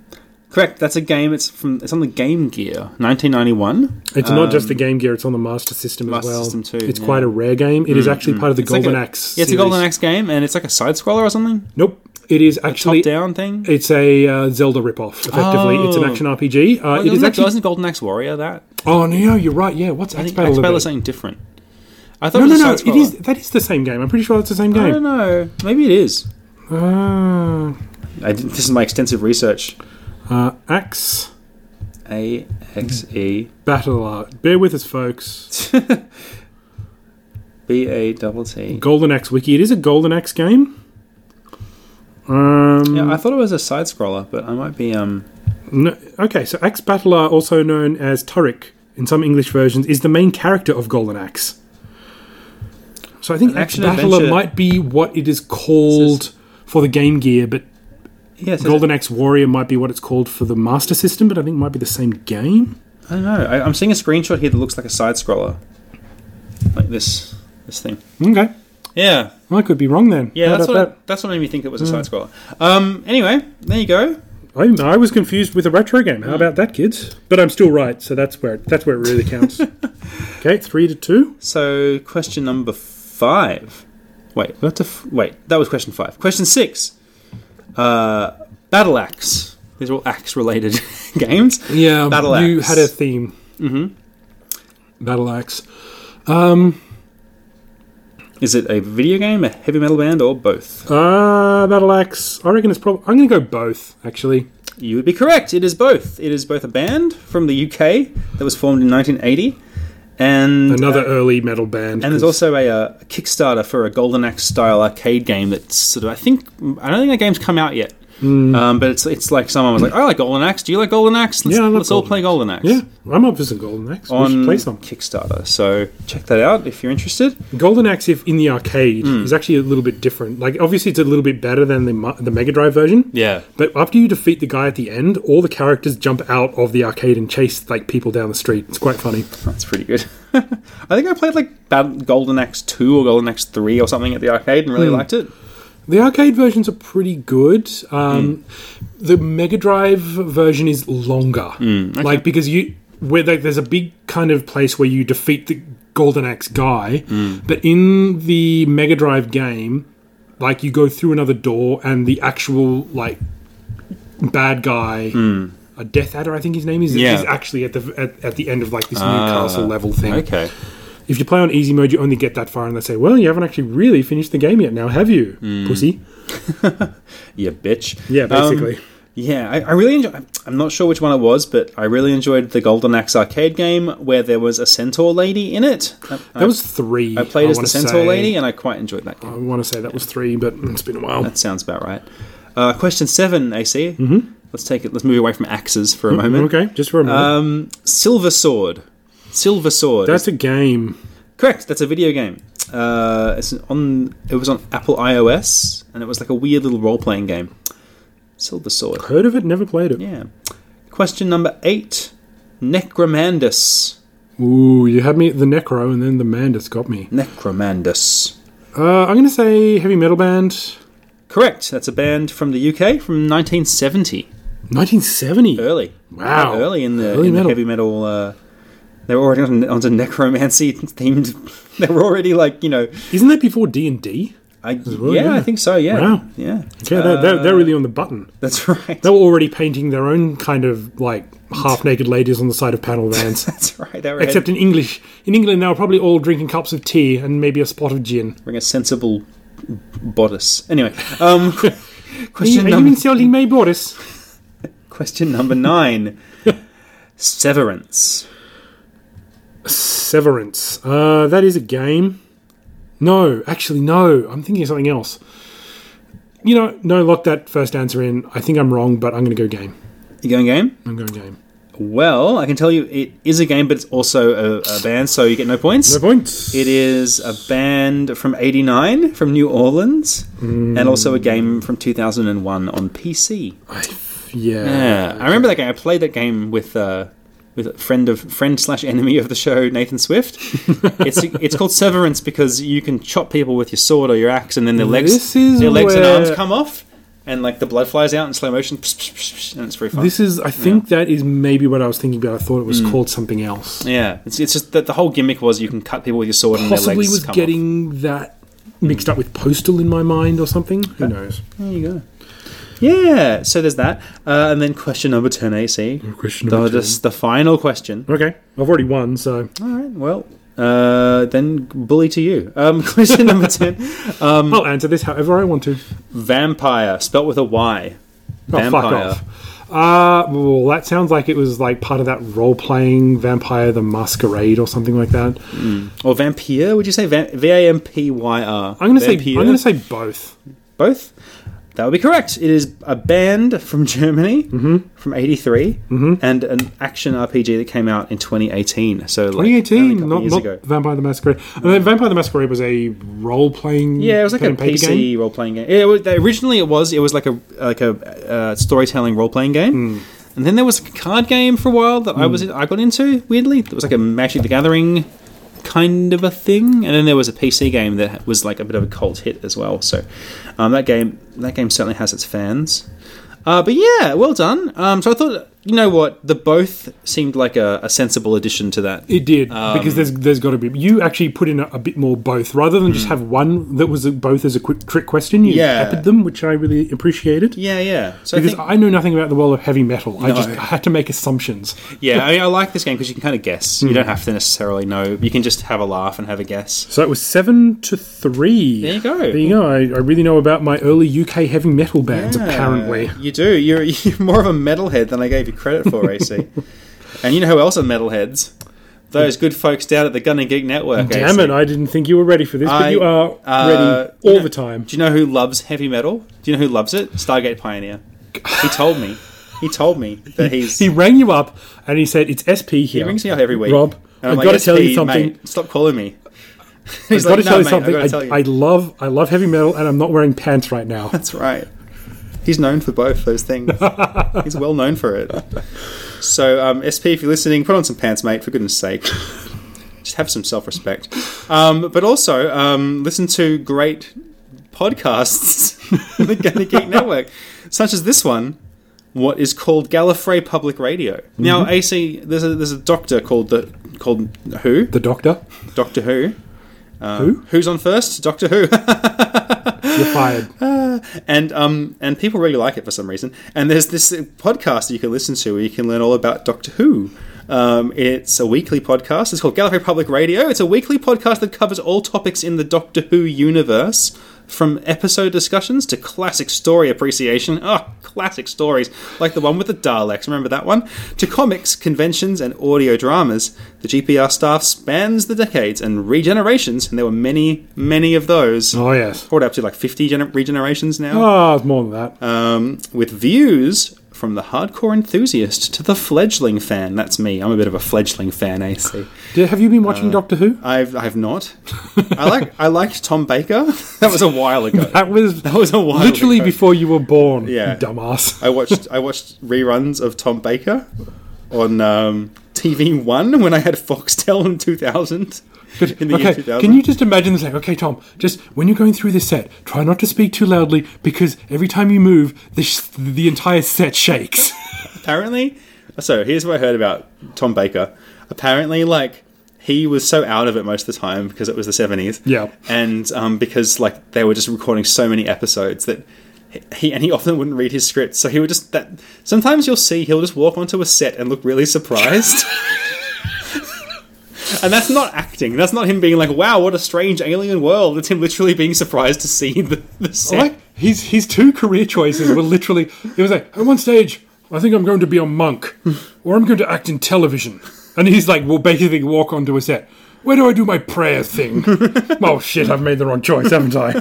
Correct. That's a game. It's from. It's on the Game Gear, 1991. It's not just the Game Gear; it's on the Master System Um, Master as well. System too, it's yeah. Mm, quite a rare game. It is actually part of the It's like Golden a- Axe. Yeah, it's a series. Golden Axe game, and it's like a side scroller or something. Nope. It is actually Top down thing. It's a uh, Zelda ripoff, effectively. It's an Oh. action RPG. Uh, Oh, it is isn't, actually. isn't Golden Axe Warrior that? Oh no, you're right. Yeah, what's I Axe think Battle? Axe about? Battle is something different. I thought no, it no, was no. a It side is. scroller. That is the same game. I'm pretty sure that's the same I don't game. know. Maybe it is. Uh, I did, this is my extensive research. uh, Axe A X E Battle. Art. Bear with us, folks. B A double T. Golden Axe Wiki. It is a Golden Axe game. Um, Yeah, I thought it was a side scroller, but I might be um. No, okay, so Axe Battler, also known as Turek in some English versions, is the main character of Golden Axe. So I think An Axe action Battler adventure- might be what it is called This for the Game Gear, but Yeah, so Golden Axe Warrior might be what it's called for the Master System, but I think it might be the same game. I don't know. I, I'm seeing a screenshot here that looks like a side scroller, like this this thing. Okay. Yeah, I could be wrong then. yeah. How That's about what I, that's what made me think it was a side scroller. Um. Anyway, there you go. that? I, I was confused with a retro game. How about that, kids? But I'm still right, so that's where that's where it *laughs* really counts. okay, three to two. So question number five. Wait, what the f- wait? That was question five. Question six. Uh, battle axe. These are all axe related *laughs* games. Yeah, Battle you Axe. had a theme. Mm-hmm. Battle Axe. Is it a video game, a heavy metal band, or both? Uh, Battle Axe. I reckon it's probably. I'm going to go both, actually. You would be correct. It is both. It is both a band from the UK that was formed in 1980, and Another early metal band. And there's 'cause- also a uh, Kickstarter for a Golden Axe style arcade game that's sort of I think I don't think that game's come out yet. Hmm. Um, but it's it's like someone was like, I like Golden Axe. Do you like Golden Axe? Let's, Yeah, I love let's all Golden play Golden Axe. Yeah, I'm up for some Golden Axe. we On should play some. Kickstarter, so check that out if you're interested. Golden Axe, if in the arcade, Hmm. is actually a little bit different. Like, obviously, it's a little bit better than the Ma- the Mega Drive version. Yeah, But after you defeat the guy at the end, all the characters jump out of the arcade and chase like people down the street. It's quite funny. that's pretty good. *laughs* I think I played like Bad- Golden Axe two or Golden Axe three or something at the arcade and really Hmm. liked it. The arcade versions are pretty good. Um, Hmm. The Mega Drive version is longer, Hmm, like because you where like, there's a big kind of place where you defeat the Golden Axe guy, Hmm. but in the Mega Drive game, like you go through another door and the actual like bad guy. A Death Adder, I think his name is, Hmm. Yeah. Ah, is actually at the at, at the end of like this Newcastle level thing. Okay, If you play on easy mode, you only get that far, and they say, "Well, you haven't actually really finished the game yet, now have you, Hmm. pussy?" yeah, bitch. Yeah, Um, basically. Yeah, I, I really enjoy. I'm not sure which one it was, but I really enjoyed the Golden Axe arcade game where there was a centaur lady in it. I, that was three. I played as the wanna centaur say. lady, and I quite enjoyed that game. I want to say that was three, but it's been a while. That sounds about right. Uh, question seven, AC. Mm-hmm. Let's take it. Let's move away from axes for a moment. Mm, Okay, just for a moment. Um, Silver sword. Silver sword. That's a game. Correct. That's a video game. Uh, it's on. It was on Apple iOS, and it was like a weird little role-playing game. Silver sword. Heard of it? Never played it. Yeah. Question number eight. Necromandus. Ooh, you had me at the Necro, and then the Mandus got me. Necromandus. Uh, I'm gonna say heavy metal band. Correct. That's a band from the UK from 1970. 1970. Early. Wow. Quite Early in the, Early in the metal. heavy metal. Uh, they were already on, onto necromancy *laughs* themed. They were already like you know. Isn't that before D and D? I, well, yeah, yeah. I think so. Yeah. Wow. Yeah. Yeah, they're, they're, they're really on the button. That's right. They were already painting their own kind of like half-naked ladies on the side of panel *laughs* *laughs* vans. That's right. They were Except in English, in England, they were probably all drinking cups of tea and maybe a spot of gin. wearing a sensible bodice. Anyway, um, *laughs* *laughs* Are you, question are you number insulting me, Boris? *laughs* question number *laughs* nine. Severance. Severance. Uh, that is a game. No, actually, no. I'm thinking of something else. You know, no, lock that first answer in. I think I'm wrong, but I'm going to go game. You going game? I'm going game. Well, I can tell you it is a game, but it's also a, a band, so you get no points. No points. It is a band from 89 from New Orleans and also a game from 2001 on PC. Yeah. Yeah, I remember that game. I played that game with uh, with a friend of friend slash enemy of the show, Nathan *laughs* Swift. it's it's called Severance because you can chop people with your sword or your axe, and then their legs, This is their legs and where- arms come off, and like the blood flies out in slow motion, and it's very fun. This is. I think that is maybe what I was thinking about. I thought it was called something else. Mm. yeah, it's, it's just that the whole gimmick was you can cut people with your sword and their Possibly legs was come off. getting that mixed up with postal in my mind or something. Who knows? There you go. Yeah, so there's that, uh, and then question number ten AC. Question The, number two. the, the final question. Okay, I've already won, so All right. Well, uh, then bully to you. Um, *laughs* question number ten: Um, I'll answer this however I want to. Vampire, spelt with a Y. Oh, fuck off. Uh, well, that sounds like it was like part of that role playing Vampire the Masquerade or something like that. or vampire? Would you say Vam- V A M P Y R? I'm gonna say I'm Vampire? gonna say both. both. That would be correct. It is a band from Germany Mm-hmm. from '83 and an action RPG that came out in 2018. So like, only a 2018, couple not, years not ago. Vampire the Masquerade. And then Vampire the Masquerade was a role playing Yeah, it was like a PC role playing game. It was, originally, it was it was like a like a uh, storytelling role playing game, and then there was a card game for a while that I was I got into weirdly. It was like a Magic the Gathering kind of a thing, and then there was a PC game that was like a bit of a cult hit as well. So um, that game that game certainly has its fans. Uh, but yeah, well done. Um, so I thought, you know what, the both seemed like a, a sensible addition to that. It did Um, because there's there's got to be you actually put in a, a bit more both rather than just have one that was a, both as a quick trick question. You hmm. Yeah. peppered them, which I really appreciated. Yeah, yeah. So I Because think- I, know nothing about the world of heavy metal, I No. just I had to make assumptions. Yeah, I, I like this game because you can kind of guess. You don't have to necessarily know. You can just have a laugh and have a guess. So it was seven to three. There you go. There you go. I, I really know about my early UK heavy metal bands. Apparently, Yeah, you do. You're, you're more of a metalhead than I gave you credit for, *laughs* AC. and you know who else are metalheads? Those good folks down at the Gun and Geek Network. damn AC. it! I didn't think you were ready for this, I- but you are uh, ready all you know- the time. Do you know who loves heavy metal? Do you know who loves it? Stargate Pioneer. He told me. *laughs* He told me that he's. He rang you up and he said, "It's SP He here." rings me up every week. Rob, And I've I'm like, got to "SP, tell you something. mate, stop calling me. *laughs* He's I've got to "No, tell mate, you I've something. gotta tell you." I, I love I love heavy metal, and I'm not wearing pants right now. *laughs* That's right. He's known for both those things. He's well known for it. So, um, SP, if you're listening, put on some pants, mate, for goodness sake. *laughs* Just have some self respect. Um, but also, um, listen to great podcasts *laughs* on the Gunna Geek Network, such as this one, what is called Gallifrey Public Radio. Now, AC, there's a, there's a doctor called the called who? the Doctor, Doctor Who. Uh, Who? Who's on first? Doctor Who. you're *laughs* fired. and um and people really like it for some reason. And there's this podcast that you can listen to where you can learn all about Doctor Who. Um, it's a weekly podcast. It's called Gallifrey Public Radio. It's a weekly podcast that covers all topics in the Doctor Who universe, from episode discussions to classic story appreciation. Oh, classic stories like the one with the Daleks. Remember that one? To comics, conventions, and audio dramas. The GPR staff spans the decades and regenerations, and there were many, many of those Oh yes. brought up to like 50 gener- regenerations now, Oh, it's more than that. um, with views from the hardcore enthusiast to the fledgling fan. That's me. I'm a bit of a fledgling fan, AC. Did- have you been Uh. watching Doctor Who? I've, I've not. I like I liked Tom Baker. *laughs* that was a while ago. That was Uh. *laughs* That was a while. literally ago. before you were born. Yeah. you dumbass. I watched I watched reruns of Tom Baker on um, TV One when I had Foxtel in 2000. In the year okay, 2000. can you just imagine this? Like, okay, Tom, just when you're going through this set, try not to speak too loudly because every time you move, the sh- the entire *laughs* set shakes. apparently so here's what i heard about tom baker apparently like he was so out of it most of the time because it was the 70s Yeah. and um, because like they were just recording so many episodes that he and he often wouldn't read his scripts so he would just that sometimes you'll see he'll just walk onto a set and look really *laughs* surprised and that's not acting that's not him being like wow what a strange alien world it's him literally being surprised to see the, the set like his his two career choices were literally it was like at one stage I think I'm going to be a monk or I'm going to act in television and he's like will basically walk onto a set Where do I do my *laughs* prayer thing? oh shit! I've made the wrong choice, haven't I?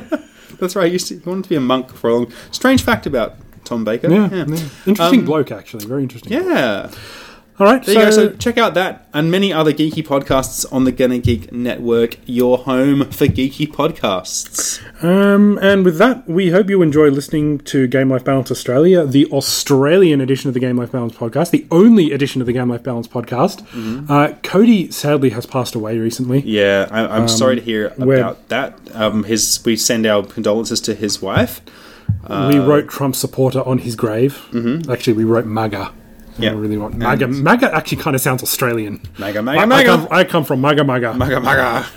That's right. You used to- you wanted to be a monk for a long. Strange fact about Tom Baker. Yeah, yeah. interesting bloke actually. Very interesting. Um, Yeah. All right. There you go. So check out that and many other geeky podcasts on the Gonna Geek Network, your home for geeky podcasts. Um, and with that, we hope you enjoy listening to Game Life Balance Australia, the Australian edition of the Game Life Balance podcast, the only edition of the Game Life Balance podcast. Mm-hmm. Uh, Cody sadly has passed away recently. Yeah, I, I'm sorry to hear we're- about that. Um, his, we send our condolences to his wife. Uh, we wrote Trump supporter on his grave. Mm-hmm. Actually, we wrote MAGA. Yeah. I really want MAGA. MAGA actually kind of sounds Australian. Maga, maga, I, I, maga. come, I come from MAGA MAGA. Maga, maga.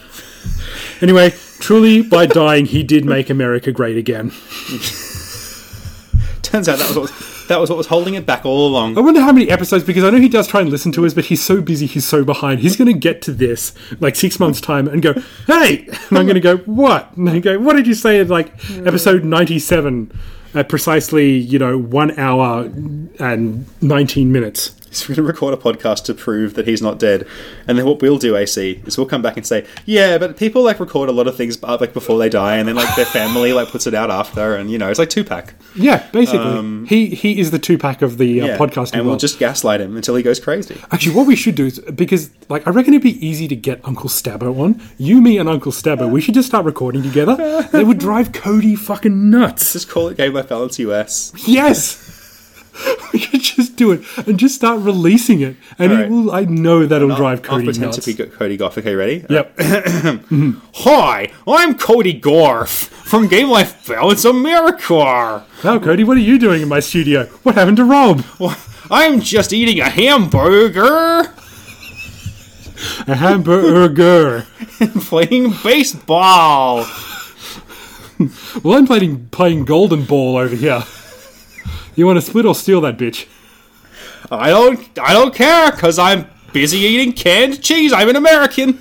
Anyway, truly, by dying, he did make America great again. *laughs* Turns out that was what was, that was what was holding it back all along. I wonder how many episodes because I know he does try and listen to us, but he's so busy, he's so behind. He's going to get to this like six months time and go, "Hey," and I'm going to go, "What?" And I go, "What did you say?" in Like episode ninety seven, at precisely you know one hour and nineteen minutes. He's going to record a podcast to prove that he's not dead. And then what we'll do, AC, is we'll come back and say, yeah, but people like record a lot of things uh, like before they die, and then like their family like puts it out after, and you know, it's like two pack. Yeah, basically, he he is the two pack of the uh, podcast. Um, and we'll just gaslight him until he goes crazy. Actually, what we should do is because, like, I reckon it'd be easy to get Uncle Stabbo on. You, me, and Uncle Stabbo. We should just start recording together. They would drive Cody fucking nuts. Just call it Game Life Balance US. Yes. *laughs* we could just do it and just start releasing it, and Alright. it will. I know that'll drive I'll Cody pretend nuts. to be Go- Cody Goff. Okay, ready? *laughs* Yep. Hi, I'm Cody Gorf from Game Life Balance America. *laughs* now, Cody, what are you doing in my studio? What happened to Rob? I'm just eating a hamburger, A hamburger. playing baseball. well, I'm playing playing golden ball over here. You want to split or steal that bitch? I don't I don't care because I'm busy eating canned cheese. I'm an American.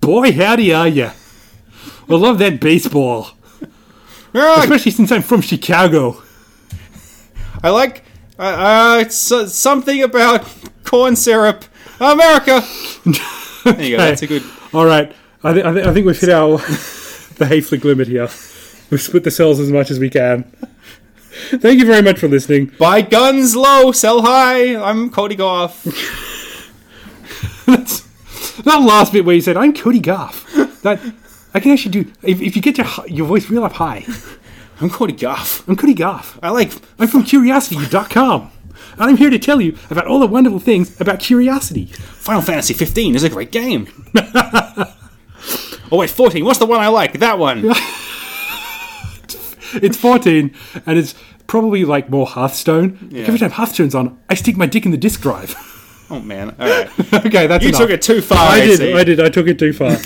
Boy, howdy are ya? I love that baseball, Ah, especially since I'm from Chicago. I like uh, uh, it's, uh, something about corn syrup. America. There you go. That's a good. All right, I, th- I, th- I think we've hit our *laughs* the Hayflick limit here. We've split the cells as much as we can. Thank you very much for listening. *laughs* Buy guns low, sell high. I'm Cody Goff. That's, that last bit where you said I'm Cody Garf. That I can actually do if, if you get your hi- your voice real up high. I'm Cody Goff. I'm Cody Garf. I like I'm from CuriosityU.com, and I'm here to tell you about all the wonderful things about curiosity. Final Fantasy 15. It's a great game. *laughs* oh wait, 14. What's the one I like? That one. It's 14, and it's probably like more Hearthstone. Every time Hearthstone's on, I stick my dick in the disk drive. *laughs* Oh man. All right. okay, that's *laughs* You enough. took it too far. I did. AC. I did. I took it too far.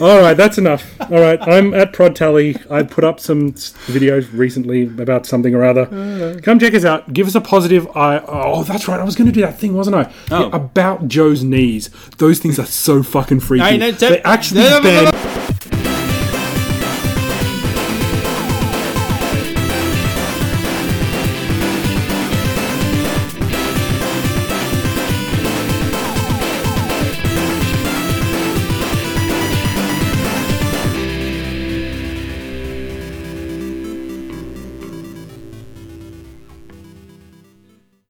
All right, that's enough. All right, I'm at Prod Tally. I put up some s- videos recently about something or other. Come check us out. Give us a positive. I oh, that's right. I was going to do that thing, wasn't Oh. I? Yeah, about Joe's knees. Those things are so fucking freaky. I know, they actually no, no, no, no, bend. no.